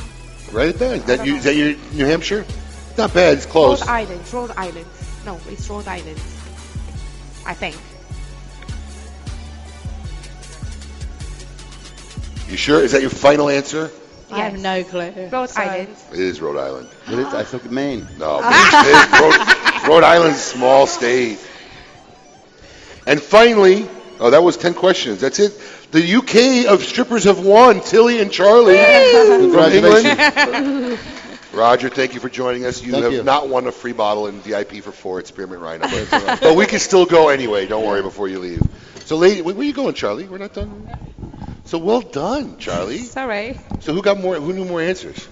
Write it down. Is that, don't you, know. is that your New Hampshire? Not bad. It's close. Rhode Island. Rhode Island. No, it's Rhode Island. I think. You sure? Is that your final answer? I have no clue. Rhode Island. It is Rhode Island. What is- I took Maine. No, it's big. Rhode, Rhode Island's a small state. And finally, oh, that was 10 questions. That's it. The UK of strippers have won. Tilly and Charlie from England. Roger, thank you for joining us. You Thank have you. not won a free bottle in VIP for four at Spearmint Rhino. But, but we can still go anyway. Don't worry before you leave. So, lady, where where you going, Charlie? We're not done. So, well done, Charlie. Sorry. So, who got more? Who knew more answers?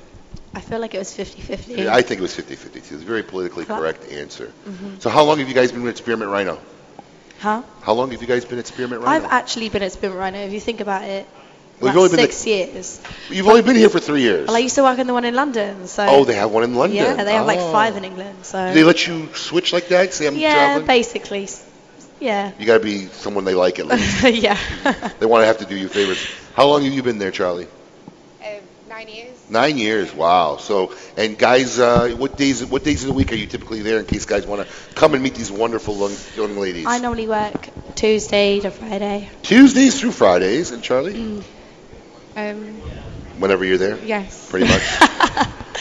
I feel like it was 50 50. I think it was 50-50. It's a very politically correct answer. Mhm. So how long have you guys been with Spearmint Rhino? Huh? How long have you guys been at Spearmint Rhino? I've actually been at Spearmint Rhino. If you think about it, Well, about you've only been six years. You've only been here for three years. Well, I used to work in the one in London. So oh, they have one in London. Yeah, they have like Oh. five in England. So Do they let you switch like that? Say I'm yeah, traveling. basically, s- yeah, You got to be someone they like at least. yeah. they want to have to do you favors. How long have you been there, Charlie? Uh, Nine years. Wow. So, and guys, uh, what days? What days of the week are you typically there? In case guys want to come and meet these wonderful young, young ladies. I normally work Tuesday to Friday. Tuesdays through Fridays, and Charlie, Mm. Um, whenever you're there, yes. pretty much.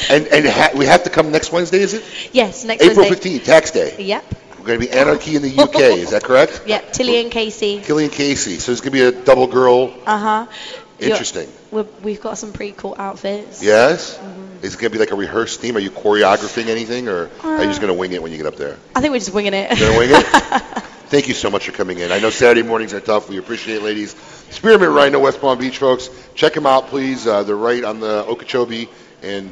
and and ha- we have to come next Wednesday, is it? Yes, next April Wednesday. fifteenth, tax day. Yep, We're going to be anarchy in the UK. is that correct? yep. Tilly and Casey. Killian Casey. So it's going to be a double girl. Uh huh. Interesting. We've got some pretty cool outfits. Mm-hmm. Yes. Is it going to be like a rehearsed theme? Are you choreographing anything, or are Uh, you just going to wing it when you get up there? I think we're just winging it. Gonna wing it? Thank you so much for coming in. I know Saturday mornings are tough. We appreciate it, ladies. Spearmint Rhino, West Palm Beach, folks. Check them out, please. Uh, they're right on the Okeechobee and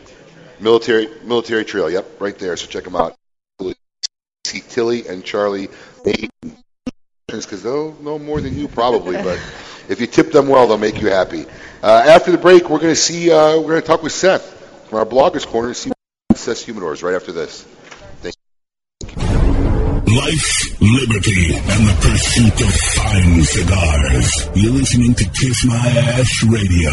Military Military Trail. Yep, right there. So check them out. See Tilly and Charlie. They because they'll know more than you probably, but if you tip them well, they'll make you happy. Uh, after the break, we're going to see. Uh, we're going to talk with Seth from our bloggers corner and see what Seth's humidors right after this. Thank Life, liberty, and the pursuit of fine cigars. You're listening to Kiss My Ash Radio.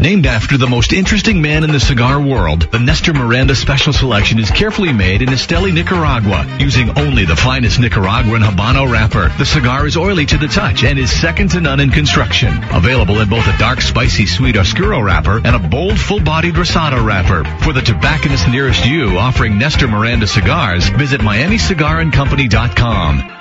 Named after the most interesting man in the cigar world, the Nestor Miranda Special Selection is carefully made in Esteli, Nicaragua, using only the finest Nicaraguan Habano wrapper. The cigar is oily to the touch and is second to none in construction. Available in both a dark, spicy, sweet Oscuro wrapper and a bold, full-bodied Rosado wrapper. For the tobacconist nearest you offering Nestor Miranda cigars, visit MiamiCigarAndCompany.com.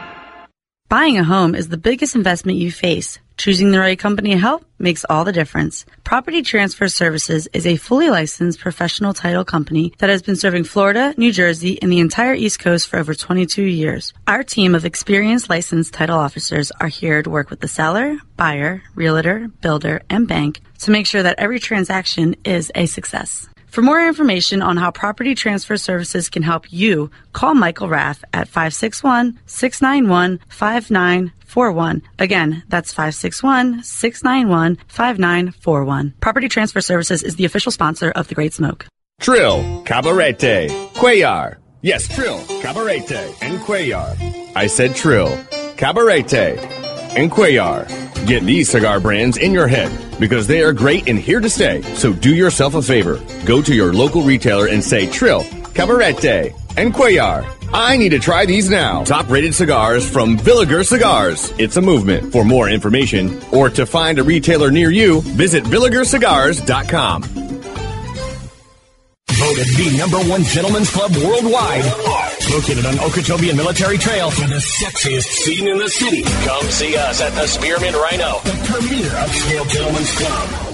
Buying a home is the biggest investment you face. Choosing the right company to help makes all the difference. Property Transfer Services is a fully licensed professional title company that has been serving Florida, New Jersey, and the entire East Coast for over 22 years. Our team of experienced licensed title officers are here to work with the seller, buyer, realtor, builder, and bank to make sure that every transaction is a success. For more information on how property transfer services can help you, call Michael Raff at 561 691 5941. Again, that's 561 691 5941. Property Transfer Services is the official sponsor of The Great Smoke. Trill, Cabarete, Cuellar. Yes, Trill, Cabarete, and Cuellar. I said Trill, Cabarete, and Cuellar. Get these cigar brands in your head because they are great and here to stay. So do yourself a favor. Go to your local retailer and say Trill, Cabarete, and Cuellar. I need to try these now. Top rated cigars from Villager Cigars. It's a movement. For more information or to find a retailer near you, visit VillagerCigars.com. Voted the number one gentleman's club worldwide. Located on Okeechobee and Military Trail for the sexiest scene in the city. Come see us at the Spearmint Rhino, the premier upscale gentleman's club.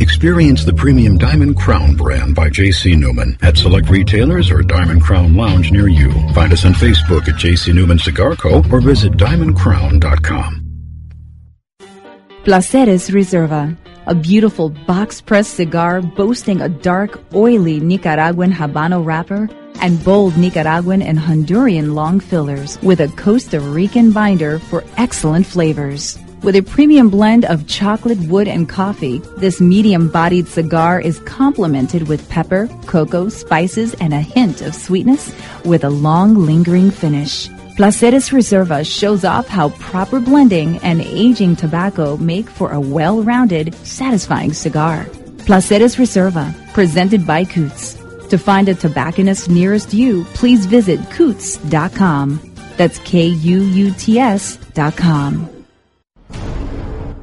Experience the premium Diamond Crown brand by JC Newman at select retailers or Diamond Crown Lounge near you. Find us on Facebook at JC Newman Cigar Co. or visit diamondcrown.com. Placeres Reserva, a beautiful box pressed cigar boasting a dark, oily Nicaraguan Habano wrapper and bold Nicaraguan and Honduran long fillers with a Costa Rican binder for excellent flavors. With a premium blend of chocolate, wood, and coffee, this medium bodied cigar is complemented with pepper, cocoa, spices, and a hint of sweetness with a long, lingering finish. Placeres Reserva shows off how proper blending and aging tobacco make for a well-rounded, satisfying cigar. Placeres Reserva, presented by Coots. To find a tobacconist nearest you, please visit Coots.com. That's K-U-U-T-S dot com.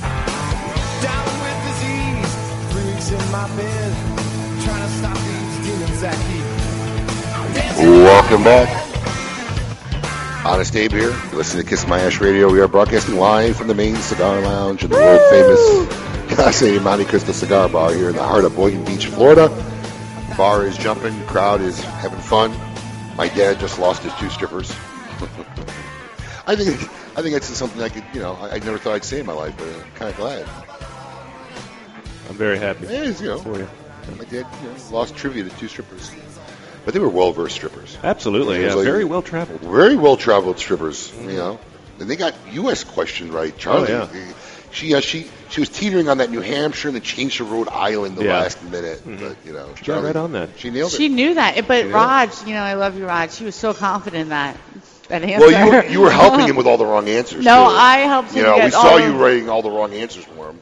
Down with disease, three weeks in my bed, trying to stop these demons I keep. Welcome back. Honest Abe here. You're listening to Kiss My Ash Radio. We are broadcasting live from the main cigar lounge in the world famous Casa Monte Cristo Cigar Bar here in the heart of Boynton Beach, Florida. Bar is jumping, crowd is having fun. My dad just lost his two strippers. I think I think that's something I could, you know, I, I never thought I'd say in my life, but I'm kind of glad. I'm very happy. It is, you know, for you. My dad you know, lost trivia to two strippers, but they were well versed strippers. Absolutely, It was yeah, like- very well traveled. Very well traveled strippers, you know. And they got U.S. question right, Charlie. Oh, She uh, she she was teetering on that New Hampshire and then changed to Rhode Island the Yeah. Mm-hmm. last minute, but you know, She got right on that. She nailed She it. knew that, but Yeah. Raj, you know, I love you, Raj. She was so confident in that that answer. Well, you were, you were helping him with all the wrong answers. No, too. I helped You him know, get we all saw you of- writing all the wrong answers for him.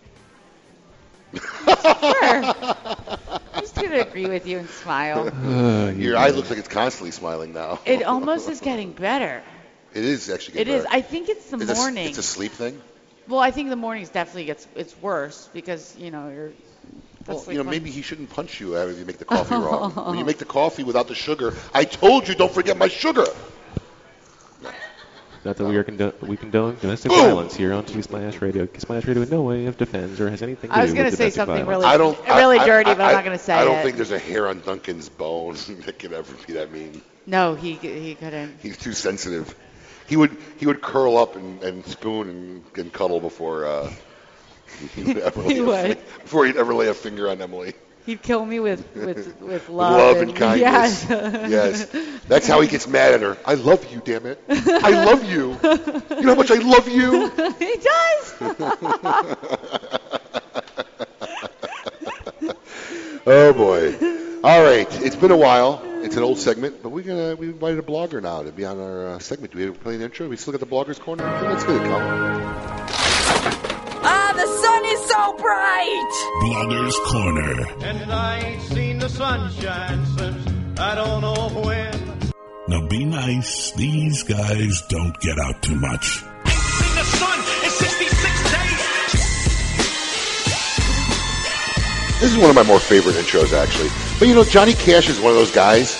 I'm just gonna agree with you and smile. Your eye looks like it's constantly smiling now. Oh, It almost is getting better. It is actually. It getting is. better. I think it's the It's a s- morning. it's a sleep thing. well, I think the mornings definitely gets it's worse because you know you're. Well, that's you know, like when- maybe he shouldn't punch you if you make the coffee wrong. When you make the coffee without the sugar, I told you don't forget my sugar. Not that we are condo- we condone domestic violence here on Kiss My Ash Radio. Kiss My Ash Radio in no way of defends or has anything to I was do gonna with say domestic something violence. really- I don't. I- really I- dirty, I- but I'm I- not gonna say I don't it. think there's a hair on Duncan's bone that could ever be that mean. No, he he couldn't. He's too sensitive. He would he would curl up and, and spoon and, and cuddle before uh, he would ever lay He a would. fi- before he'd ever lay a finger on Emily. He'd kill me with with with love, love and kindness. Yes. Yes, that's how he gets mad at her. I love you, damn it. I love you. You know how much I love you. he does. oh boy. All right, it's been a while. It's an old segment, but we're gonna we invited a blogger now to be on our uh, segment. Do we have to play an intro? We still got the bloggers corner. Let's get it going. Ah, the sun is so bright! Bloggers Corner. And I ain't seen the sunshine since I don't know when. Now be nice. These guys don't get out too much. In the sun, it's 66 days. This is one of my more favorite intros, actually. But you know, Johnny Cash is one of those guys.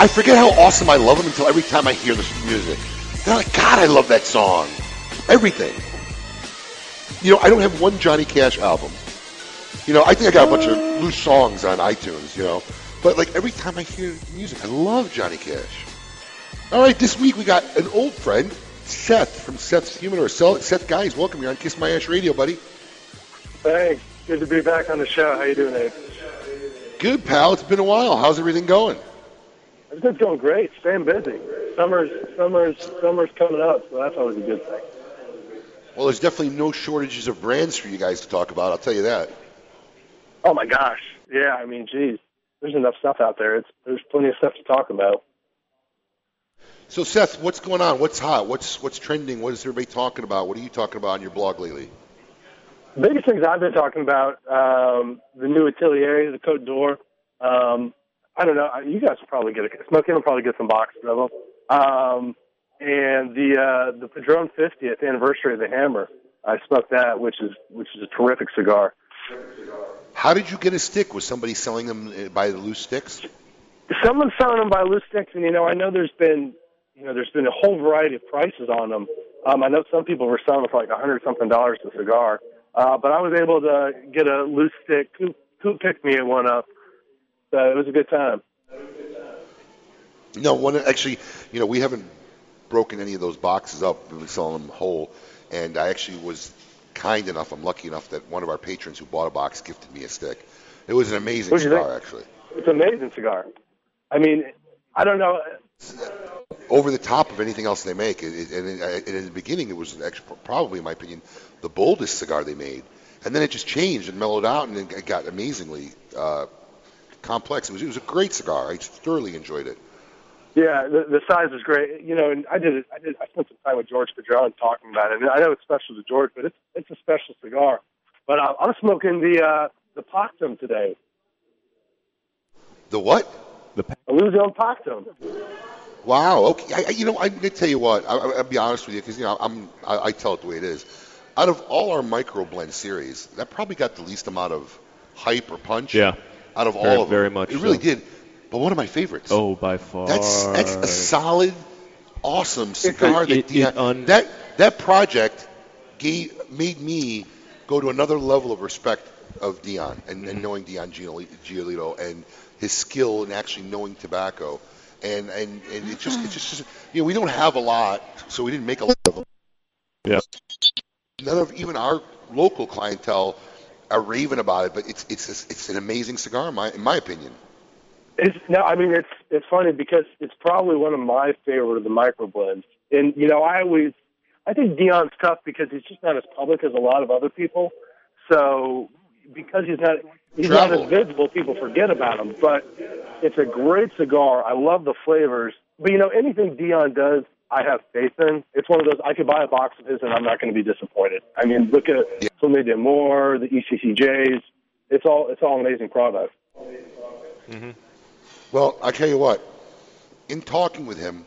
I forget how awesome I love him until every time I hear this music. And I'm like, God, I love that song. Everything. You know, I don't have one Johnny Cash album. You know, I think I got a bunch of loose songs on iTunes, you know. But like every time I hear music, I love Johnny Cash. All right, this week we got an old friend, Seth from Seth's Human or Seth, Seth Guys. Welcome here on Kiss My Ash Radio, buddy. Hey, good to be back on the show. How you doing, Abe? Good pal, it's been a while. How's everything going? Everything's going great. Staying busy. Summer's summer's summer's coming up, so that's always a good thing. Well, there's definitely no shortages of brands for you guys to talk about. I'll tell you that. Oh my gosh. Yeah, I mean, geez, there's enough stuff out there. It's there's plenty of stuff to talk about. So, Seth, what's going on? What's hot? What's what's trending? What is everybody talking about? What are you talking about on your blog lately? The biggest things I've been talking about um, the new Atelier, the Cote d'Or. Um, I don't know. You guys will probably get a Smokey will probably get some boxes of them. Um, and the uh, the Padron 50th anniversary of the Hammer. I smoked that, which is which is a terrific cigar. How did you get a stick? Was somebody selling them uh, by the loose sticks? Someone's selling them by loose sticks, and you know, I know there's been, you know, there's been a whole variety of prices on them. Um, I know some people were selling them for like a hundred something dollars a cigar, uh, but I was able to get a loose stick. Who, who picked me at one up? So it was a good time. No, one actually, you know, we haven't broken any of those boxes up. We've been selling them whole, and I actually was kind enough. I'm lucky enough that one of our patrons who bought a box gifted me a stick. It was an amazing What'd you think? cigar, actually. It's an amazing cigar. I mean, I don't know. Over the top of anything else they make, It- it- and, it, and in the beginning, it was actually probably, in my opinion, the boldest cigar they made. And then it just changed and mellowed out, and it got amazingly uh, complex. It was, it was a great cigar. I thoroughly enjoyed it. Yeah, the, the size was great. You know, and I did it. I did. I spent some time with George Padron talking about it. And I know it's special to George, but it's it's a special cigar. But uh, I'm smoking the uh, the Pactum today, The what? Illusion Pactum. Wow. Okay. I, I, you know, I'm gonna tell you what. I, I- I'll be honest with you because you know I'm I, I tell it the way it is. Out of all our micro blend series, that probably got the least amount of hype or punch. Yeah. Out of all Very- of them, very much It really so. did. But one of my favorites. Oh, by far. That's that's a solid, awesome cigar it- that it Dion- that that project gave, made me go to another level of respect of Dion and, Mm-hmm. and knowing Dion Gioli- Giolito and his skill in actually knowing tobacco and and and it just it just you know we don't have a lot so we didn't make a lot of them. Yeah. None of even our local clientele are raving about it, but it's it's it's an amazing cigar in my in my opinion. It's, no, I mean it's it's funny because it's probably one of my favorite of the micro blends. And you know, I always I think Dion's tough because he's just not as public as a lot of other people. So because he's not he's Travel. not as visible, people forget about him. But it's a great cigar. I love the flavors. But you know, anything Dion does, I have faith in. It's one of those I could buy a box of his and I'm not going to be disappointed. I mean, look at Somme de Moore, the E ECCJs. It's all it's all amazing products. Mm-hmm. Well, I tell you what, in talking with him,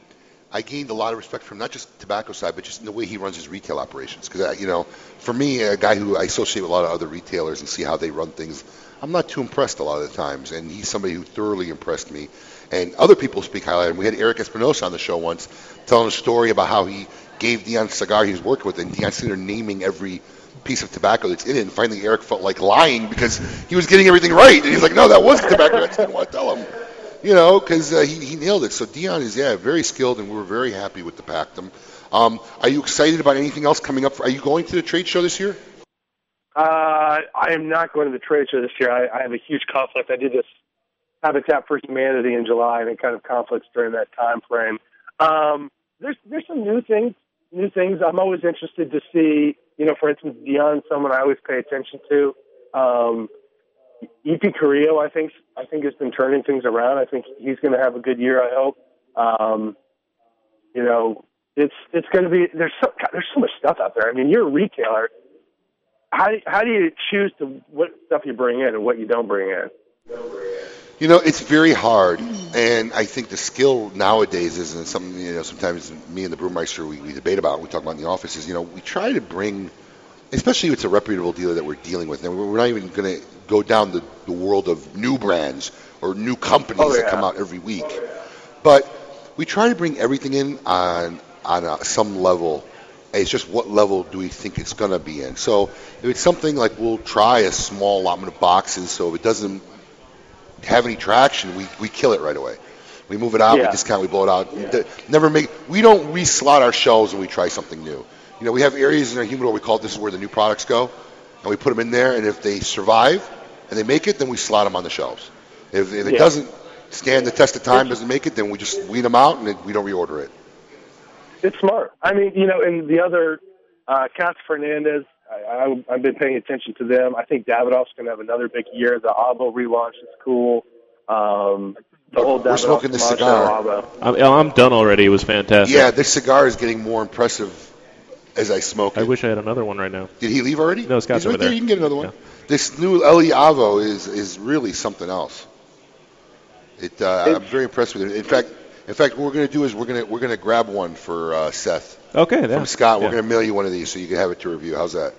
I gained a lot of respect for him, not just tobacco side, but just in the way he runs his retail operations. Because you know, for me, a guy who I associate with a lot of other retailers and see how they run things, I'm not too impressed a lot of the times. And he's somebody who thoroughly impressed me. And other people speak highly. of him. We had Eric Espinosa on the show once, telling a story about how he gave Dion a cigar he was working with, and Dion sitting there naming every piece of tobacco that's in it. And finally, Eric felt like lying because he was getting everything right, and he's like, "No, that was tobacco. I just didn't want to tell him." you know, because uh, he, he nailed it. So Dion is yeah very skilled, and we were very happy with the Pactum. Um, are you excited about anything else coming up? For, are you going to the trade show this year? Uh, I am not going to the trade show this year. I, I have a huge conflict. I did this Habitat for Humanity in July, and it kind of conflicts during that time frame. Um, there's there's some new things, new things. I'm always interested to see. You know, for instance, Dion's someone I always pay attention to. Um, EP Carrillo, I think I think has been turning things around. I think he's going to have a good year. I hope. Um, you know, it's it's going to be there's so God, there's so much stuff out there. I mean, you're a retailer. How do, how do you choose to what stuff you bring in and what you don't bring in? You know, it's very hard, Mm. and I think the skill nowadays is, and something you know, sometimes me and the brewmeister we, we debate about, and we talk about in the office is, you know, we try to bring, especially if it's a reputable dealer that we're dealing with, and we're not even going to go down the, the world of new brands or new companies Oh, that yeah. come out every week, but we try to bring everything in on on a, some level. It's just what level do we think it's going to be in? So if it's something like we'll try a small allotment of boxes, so if it doesn't have any traction, we, we kill it right away. We move it out, Yeah. we discount, we blow it out. D- Never make. We don't reslot our shelves when we try something new. You know, we have areas in our humidor we call it, this is where the new products go, and we put them in there. And if they survive and they make it, then we slot them on the shelves. If, if it Yeah. doesn't stand the test of time, doesn't make it, then we just weed them out and then we don't reorder it. It's smart. I mean, you know, and the other, uh, Cas Fernandez, I, I, I've been paying attention to them. I think Davidoff's going to have another big year. The Abo relaunch is cool. Um, the whole We're Davidoff smoking this Camacho cigar. Abo. I'm, I'm done already. It was fantastic. Yeah, this cigar is getting more impressive as I smoke. I wish I had another one right now. Did he leave already? No, Scott's He's right over there. You can get another one. This new Eliavo is is really something else. It, uh, I'm very impressed with it. In fact, in fact, what we're going to do is we're going to we're going to grab one for uh, Seth Okay, from yeah. Scott. We're Yeah. going to mail you one of these so you can have it to review. How's that?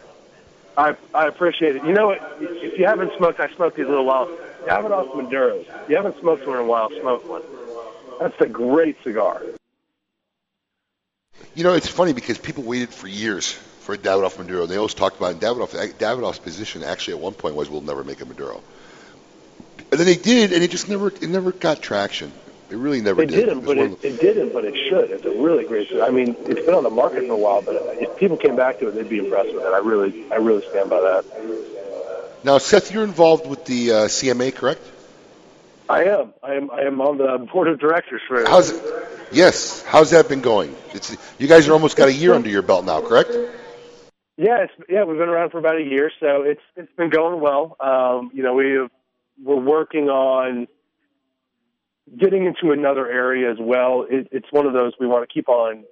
I, I appreciate it. You know what? If you haven't smoked, I smoked these a little while. Davidoff Maduros. If you haven't smoked one in a while, smoke one. That's a great cigar. You know, it's funny because people waited for years for a Davidoff Maduro. They always talked about it. Davidoff. eh, Davidoff's position actually at one point was we'll never make a Maduro. And then they did, and it just never it never got traction. It really never it did. didn't, was but one it, of it didn't, but it should. It's a really great. I mean, it's been on the market for a while, but if people came back to it, they'd be impressed with it. I really, I really stand by that. the- now, Seth, you're involved with the uh, CMA, correct? I am. I am. I am on the board of directors for. How's it? Yes. How's that been going? It's you guys are almost got a year under your belt now, correct? Yeah, it's, yeah, we've been around for about a year, so it's it's been going well. Um, you know, we have, we're working on getting into another area as well. It, it's one of those we want to keep on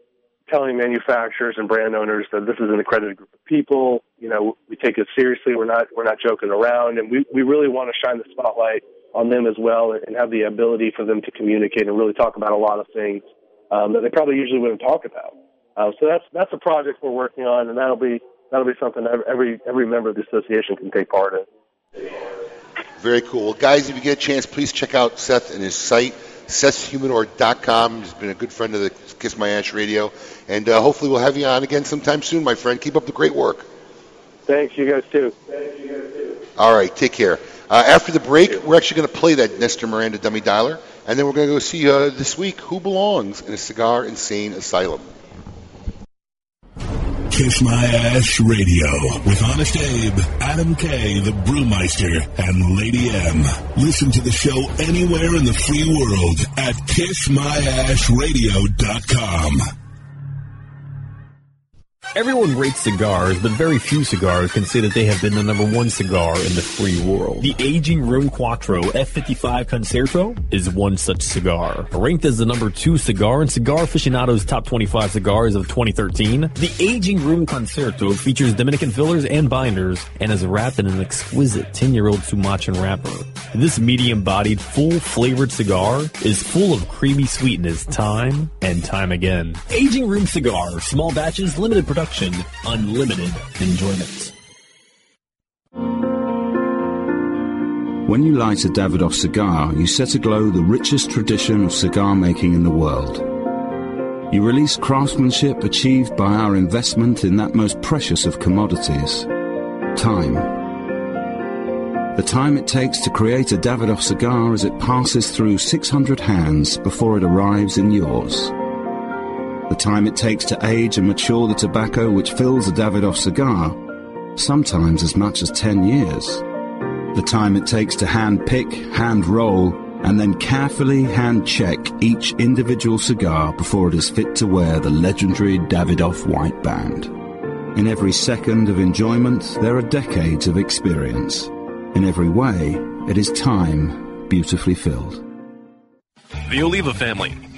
telling manufacturers and brand owners that this is an accredited group of people. You know, we take it seriously. We're not we're not joking around, and we we really want to shine the spotlight on them as well, and have the ability for them to communicate and really talk about a lot of things um, that they probably usually wouldn't talk about. Uh, so that's that's a project we're working on, and that'll be that'll be something that every every member of the association can take part in. Very cool. Well, guys, if you get a chance, please check out Seth and his site, sethshumanor.com. He's been a good friend of the Kiss My Ash Radio, and uh, hopefully we'll have you on again sometime soon, my friend. Keep up the great work. Thanks, you guys too. All right, take care. Uh, after the break, we're actually going to play that Nestor Miranda dummy dialer, and then we're going to go see uh, this week who belongs in a cigar insane asylum. Kiss My Ash Radio with Honest Abe, Adam K, the Brewmeister, and Lady M. Listen to the show anywhere in the free world at kissmyashradio.com. Everyone rates cigars, but very few cigars can say that they have been the number one cigar in the free world. The aging Room Quattro F55 Concerto is one such cigar. Ranked as the number two cigar in Cigar Aficionado's Top 25 Cigars of 2013, the aging Room Concerto features Dominican fillers and binders and is wrapped in an exquisite 10-year-old Sumatran wrapper. This medium-bodied, full-flavored cigar is full of creamy sweetness time and time again. Aging Room Cigar, small batches, limited production, unlimited enjoyment. When you light a Davidoff cigar, you set aglow the richest tradition of cigar making in the world. You release craftsmanship achieved by our investment in that most precious of commodities time. The time it takes to create a Davidoff cigar as it passes through 600 hands before it arrives in yours. The time it takes to age and mature the tobacco which fills a Davidoff cigar, sometimes as much as 10 years the time it takes to hand pick, hand roll, and then carefully hand check each individual cigar before it is fit to wear the legendary Davidoff white band. In every second of enjoyment, there are decades of experience. In every way, it is time beautifully filled. The Oliva family,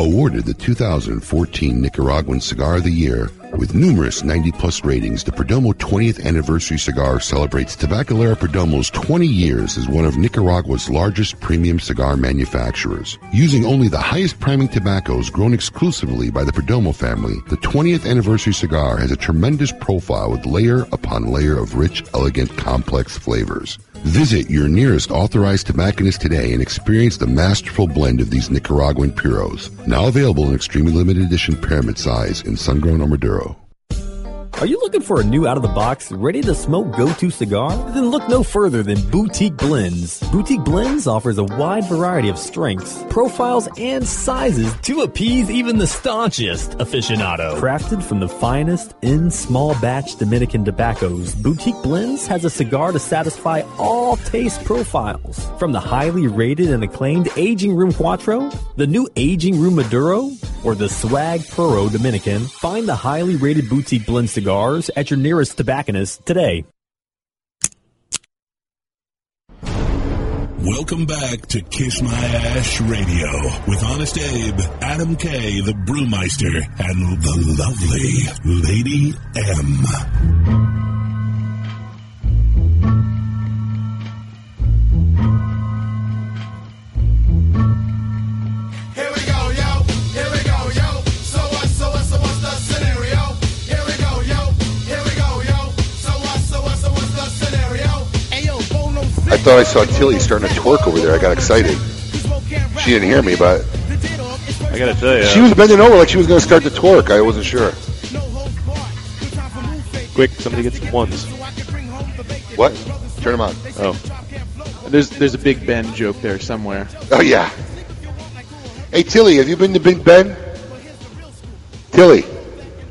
Awarded the 2014 Nicaraguan Cigar of the Year with numerous 90 plus ratings, the Perdomo 20th Anniversary Cigar celebrates Tabacalera Perdomo's 20 years as one of Nicaragua's largest premium cigar manufacturers. Using only the highest priming tobaccos grown exclusively by the Perdomo family, the 20th Anniversary Cigar has a tremendous profile with layer upon layer of rich, elegant, complex flavors. Visit your nearest authorized tobacconist today and experience the masterful blend of these Nicaraguan puros, now available in extremely limited edition pyramid size in Sungrown or Maduro. Are you looking for a new out of the box, ready to smoke go to cigar? Then look no further than Boutique Blends. Boutique Blends offers a wide variety of strengths, profiles, and sizes to appease even the staunchest aficionado. Crafted from the finest in small batch Dominican tobaccos, Boutique Blends has a cigar to satisfy all taste profiles. From the highly rated and acclaimed Aging Room Quattro, the new Aging Room Maduro, or the Swag Puro Dominican, find the highly rated Boutique Blend cigars at your nearest tobacconist today. Welcome back to Kiss My Ash Radio with Honest Abe, Adam K, the Brewmeister, and the lovely Lady M. Here we go, yo. Here we go, yo. So what? I thought I saw Tilly starting to twerk over there. I got excited. She didn't hear me, but I gotta tell you, she was bending over like she was going to start to twerk. I wasn't sure. quick, somebody gets ones. What? Turn them on. Oh. There's there's a Big Ben joke there somewhere. Oh yeah. Hey Tilly, have you been to Big Ben? Tilly,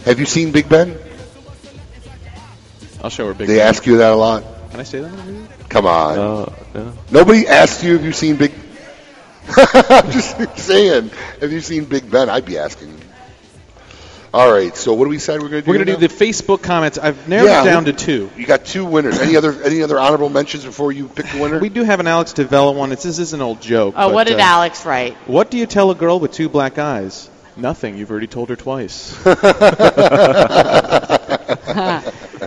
have you seen Big Ben? I'll show her Big they Ben. ask you that a lot. Can I say that? on radio? Come on. Uh, no. Nobody asks you if you've seen Big. I'm just saying, have you seen Big Ben? I'd be asking. All right. So what do we decide we're going to do? We're gonna now? do the Facebook comments. I've narrowed Yeah, it down we- to two. You got two winners. Any other any other honorable mentions before you pick the winner? We do have an Alex Devella one. It's, this is an old joke. Oh, but, what did uh, Alex write? What do you tell a girl with two black eyes? Nothing. You've already told her twice.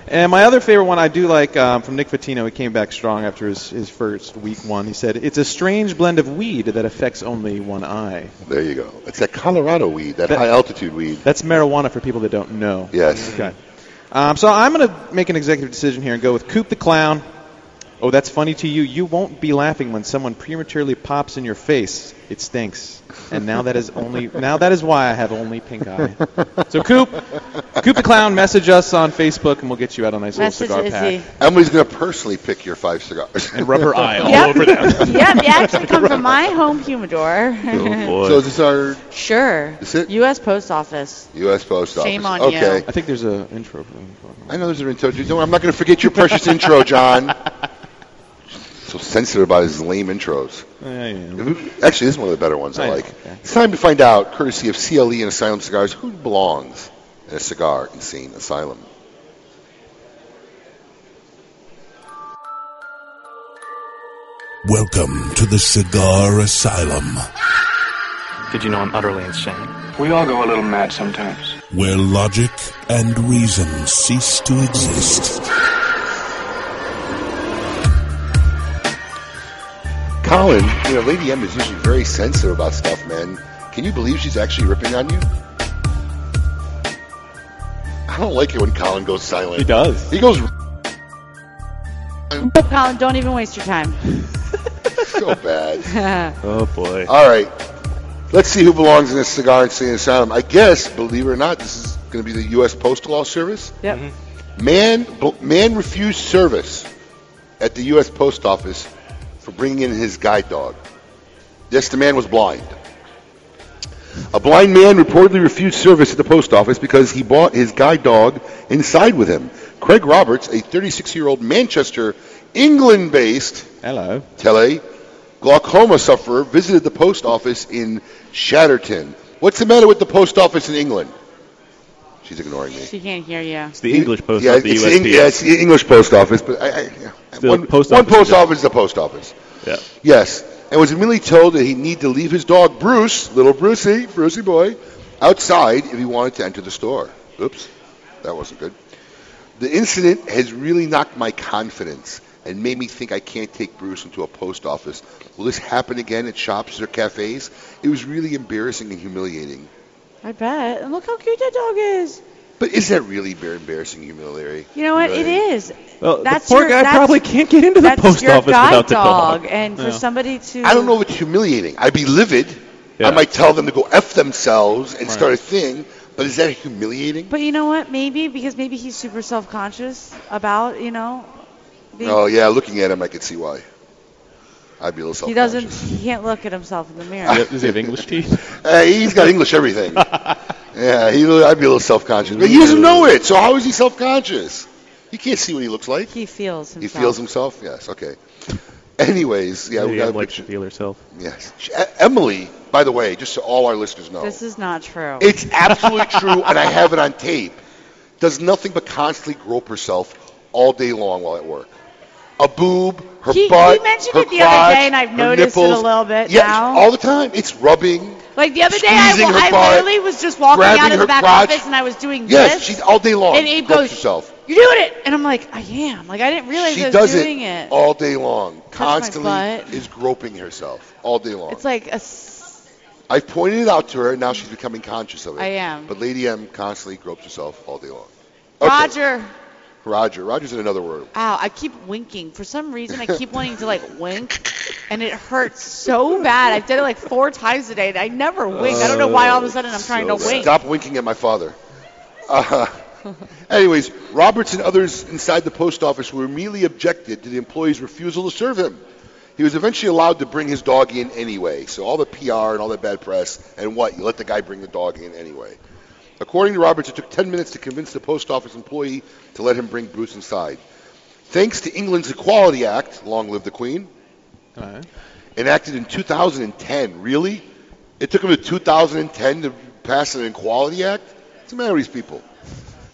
and my other favorite one I do like um, from Nick Fatino. He came back strong after his, his first week one. He said, It's a strange blend of weed that affects only one eye. There you go. It's that Colorado weed, that, That- high altitude weed. That's marijuana for people that don't know. Yes. Okay. Um, so I'm going to make an executive decision here and go with Coop the Clown. Oh, that's funny to you. You won't be laughing when someone prematurely pops in your face. It stinks. And now that is only now that is why I have only pink eye. So Coop, Coop the Clown, message us on Facebook and we'll get you out a nice Message little cigar Izzy. pack. Emily's going to personally pick your five cigars And rub her eye all Yep. over them. yeah, they actually come from my home humidor. Oh, Oh, So is this our sure. Is it? U.S. Post Office. U.S. Post Office? Shame on you. okay. I think there's an intro. for them. I know there's an intro. Don't- I'm not going to forget your precious intro, John. So sensitive about his lame intros. Actually, this is one of the better ones I, I know, like. It's time to find out, courtesy of CLE and Asylum Cigars, who belongs in a cigar insane asylum. Welcome to the Cigar Asylum, Did you know I'm utterly insane? We all go a little mad sometimes. where logic and reason cease to exist. Colin, you know, Lady M is usually very sensitive about stuff, man. Can you believe she's actually ripping on you? I don't like it when Colin goes silent. He does. He goes No, Colin, don't even waste your time. so bad. Oh boy. All right. Let's see who belongs in this cigar insane asylum. I guess, believe it or not, this is going to be the U.S. Postal Law Service. Yep. Man, bl- man refused service at the U.S. Post Office for bringing in his guide dog. Yes, the man was blind. A blind man reportedly refused service at the post office because he brought his guide dog inside with him. Craig Roberts, a 36-year-old Manchester, England-based hello tele glaucoma sufferer, visited the post office in Shatterton. What's the matter with the post office in England? She's ignoring me. She can't hear you. It's the English post Yeah, office, the it's, USPS. the Eng- yeah, it's the English post office, but I, I, The one post one office post is a- office is the post office. Yeah. Yes, and was immediately told that he need to leave his dog Bruce, little Brucey, Brucey boy, outside if he wanted to enter the store. Oops, that wasn't good. The incident has really knocked my confidence and made me think I can't take Bruce into a post office. Will this happen again at shops or cafes? It was really embarrassing and humiliating. I bet. And look how cute that dog is. But is that really very embarrassing, and humiliating? You know what? It is. Well, That's the poor your- guy that's- probably can't get into the that's post your office guide without the dog, dog. and for Yeah. somebody to I don't know if it's humiliating. I'd be livid. I might tell them to go F themselves and Right. start a thing, but is that humiliating? But you know what? Maybe because maybe he's super self-conscious about you know. being- Oh, yeah, looking at him, I could see why. I'd be a little self He doesn't. He can't look at himself in the mirror. Does he have English teeth? he's got English everything. yeah, he, I'd be a little self-conscious. But he doesn't know it, so how is he self-conscious? He can't see what he looks like. He feels himself. He feels himself? Yes, okay. Anyways, yeah, we Lady got M a likes to picture. feel herself. Yes. She- E- Emily, by the way, just so all our listeners know, This is not true. It's absolutely true, and I have it on tape. Does nothing but constantly grope herself all day long while at work. A boob, her He- he butt, mentioned her it the other crotch, day, and I've her noticed it a nipples. little bit Yeah, now. all the time. It's rubbing. Like the other day, I, Squeezing her I butt, literally was just walking out grabbing of her the back crotch. office, and I was doing Yes, this. she's all day long. And Abe gropes goes, herself. "You're doing it," and I'm like, "I am." Like I didn't realize She I was does doing it it. all day long. Constantly butt. is groping herself all day long. It's like a. s- I pointed it out to her, and now she's becoming conscious of it. I am. But Lady M constantly gropes herself all day long. Okay. Roger, Roger. Roger's in another room. Ow, I keep winking. For some reason, I keep wanting to like wink, and it hurts so bad. I've done it like four times today, and I never wink. I don't know why all of a sudden I'm trying to wink. Oh, Stop winking at my father. Uh, anyways, Roberts and others inside the post office were immediately objected to the employee's refusal to serve him. He was eventually allowed to bring his dog in anyway. So all the PR and all that bad press, and what? You let the guy bring the dog in anyway. According to Roberts, it took 10 minutes to convince the post office employee to let him bring Bruce inside. Thanks to England's Equality Act, long live the Queen, enacted in 2010. Really? It took them to 2010 to pass an Equality Act? What's the matter with these people?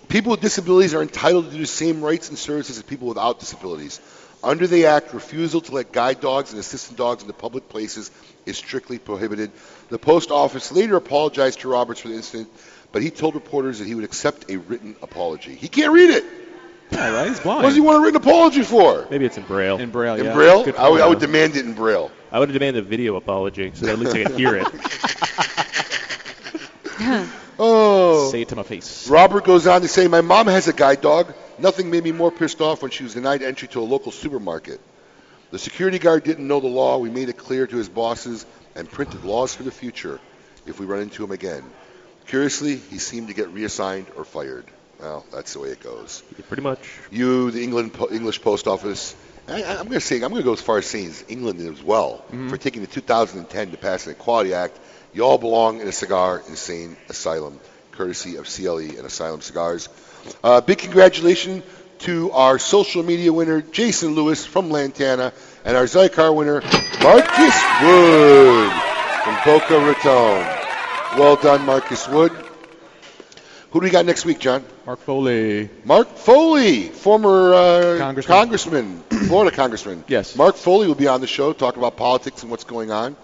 People with disabilities are entitled to the same rights and services as people without disabilities. Under the Act, refusal to let guide dogs and assistant dogs into public places is strictly prohibited. The post office later apologized to Roberts for the incident, but he told reporters that he would accept a written apology. He can't read it. Yeah, right. He's blind. Oh, What does he want a written apology for? Maybe it's in Braille. In Braille, In Braille? I would, I would demand it in Braille. I would demand a video apology so that at least I could hear it. Oh. Say it to my face. Robert goes on to say, My mom has a guide dog. Nothing made me more pissed off when she was denied entry to a local supermarket. The security guard didn't know the law. We made it clear to his bosses and printed laws for the future if we run into him again. Curiously, he seemed to get reassigned or fired. Well, that's the way it goes. Pretty much. You, the England po- English Post Office. I, I- I'm going to say I'm going to go as far as saying it's England as well Mm-hmm. for taking the 2010 to pass an Equality Act. You all belong in a cigar insane asylum, courtesy of CLE and Asylum Cigars. Uh, big congratulations to our social media winner Jason Lewis from Lantana and our Zycar winner Marcus Wood from Boca Raton. Well done, Marcus Wood. Who do we got next week, John? Mark Foley. Mark Foley, former uh, congressman. Florida congressman. Yes. Mark Foley will be on the show, talk about politics and what's going on,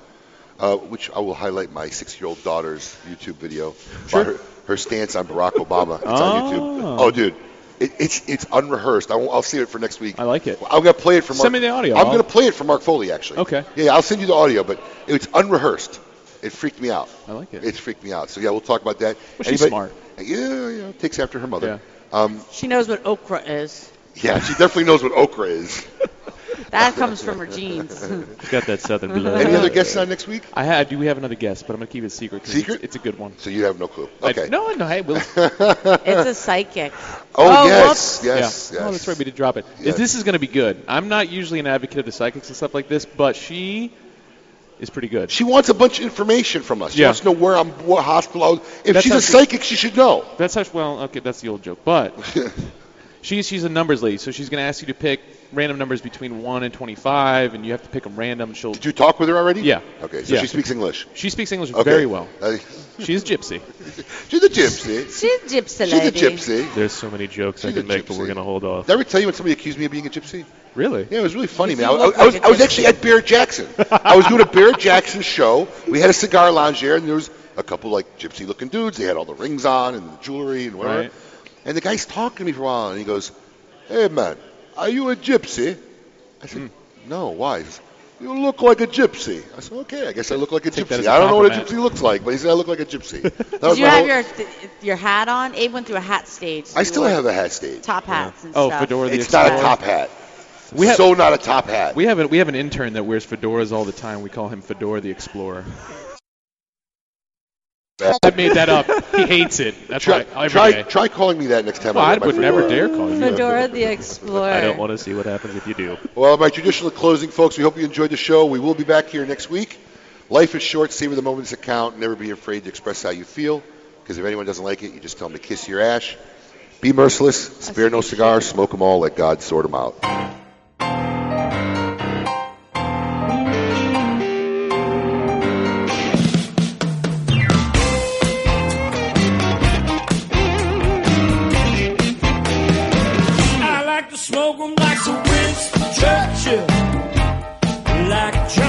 uh, which I will highlight my six-year-old daughter's YouTube video. Sure. Her, her stance on Barack Obama. It's on YouTube. Oh, dude. It, it's it's unrehearsed. I won't, I'll save it for next week. I like it. I'm gonna play it for Mark. Send me the audio. I'm I'll- gonna play it for Mark Foley actually. Okay. Yeah, yeah, I'll send you the audio, but it's unrehearsed. It freaked me out. I like it. It freaked me out. So yeah, we'll talk about that. Well, she's Anybody- smart. Yeah, yeah. Takes after her mother. Yeah. Um, She knows what okra is. yeah, she definitely knows what okra is. That comes from her genes. She's got that southern blood. Any other guests on next week? I ha do. We have another guest, but I'm gonna keep it secret. 'cause Secret? It's, it's a good one. So you have no clue. I- Okay. Oh, no, no, I will. It's a psychic. Oh, yes, whoops. yes, Yeah. Oh, yes. that's right. We did drop it. Is- Yes. This is going to be good. I'm not usually an advocate of the psychics and stuff like this, but she is pretty good. She wants a bunch of information from us. She Yeah. wants to know where I'm, what hospital. I was. If That's she's how a she- psychic, she should know. That's how. Well, okay, that's the old joke, but she's she's a numbers lady, so she's going to ask you to pick random numbers between one and 25, and you have to pick them random. She'll. Did you talk with her already? Yeah. Okay, so Yeah. she speaks English. She speaks English Okay. very well. I- She's gypsy. she's a gypsy. She's a gypsy She's a lady. gypsy. There's so many jokes I She's a can make, but we're going to hold off. Did I ever tell you when somebody accused me of being a gypsy? Really? Yeah, it was really funny, You man. I, I, look I was, like a I was actually at Barrett Jackson. I was doing a Barrett Jackson show. We had a cigar lounge there, and there was a couple like gypsy-looking dudes. They had all the rings on and jewelry and whatever. Right. And the guy's talking to me for a while, and he goes, "Hey, man, are you a gypsy?" I said, Hmm. "No, why?" He says, "You look like a gypsy." I said, "Okay, I guess I look like a that gypsy." as a I don't know what a compliment. gypsy looks like, but he said, "I look like a gypsy." That Did was you my have whole. your your hat on? Abe went through a hat stage. I still have a hat stage. top hats and Oh, stuff. fedora. The It's not a Explorer. top hat. so not a top hat. We have a, we have an intern that wears fedoras all the time. We call him Fedora the Explorer. I made that up. He hates it. That's try, right. Every try, day. try calling me that next time. Well, I, I get my would fedora. never dare call you. Fedora the Explorer. I don't want to see what happens if you do. Well, my traditional closing, folks, we hope you enjoyed the show. We will be back here next week. Life is short. Savor the moments that count. Never be afraid to express how you feel. Because if anyone doesn't like it, you just tell them to kiss your ash. Be merciless. Spare no cigar. Smoke them all. Let God sort them out. I like to smoke 'em like some Winston Churchill. Like John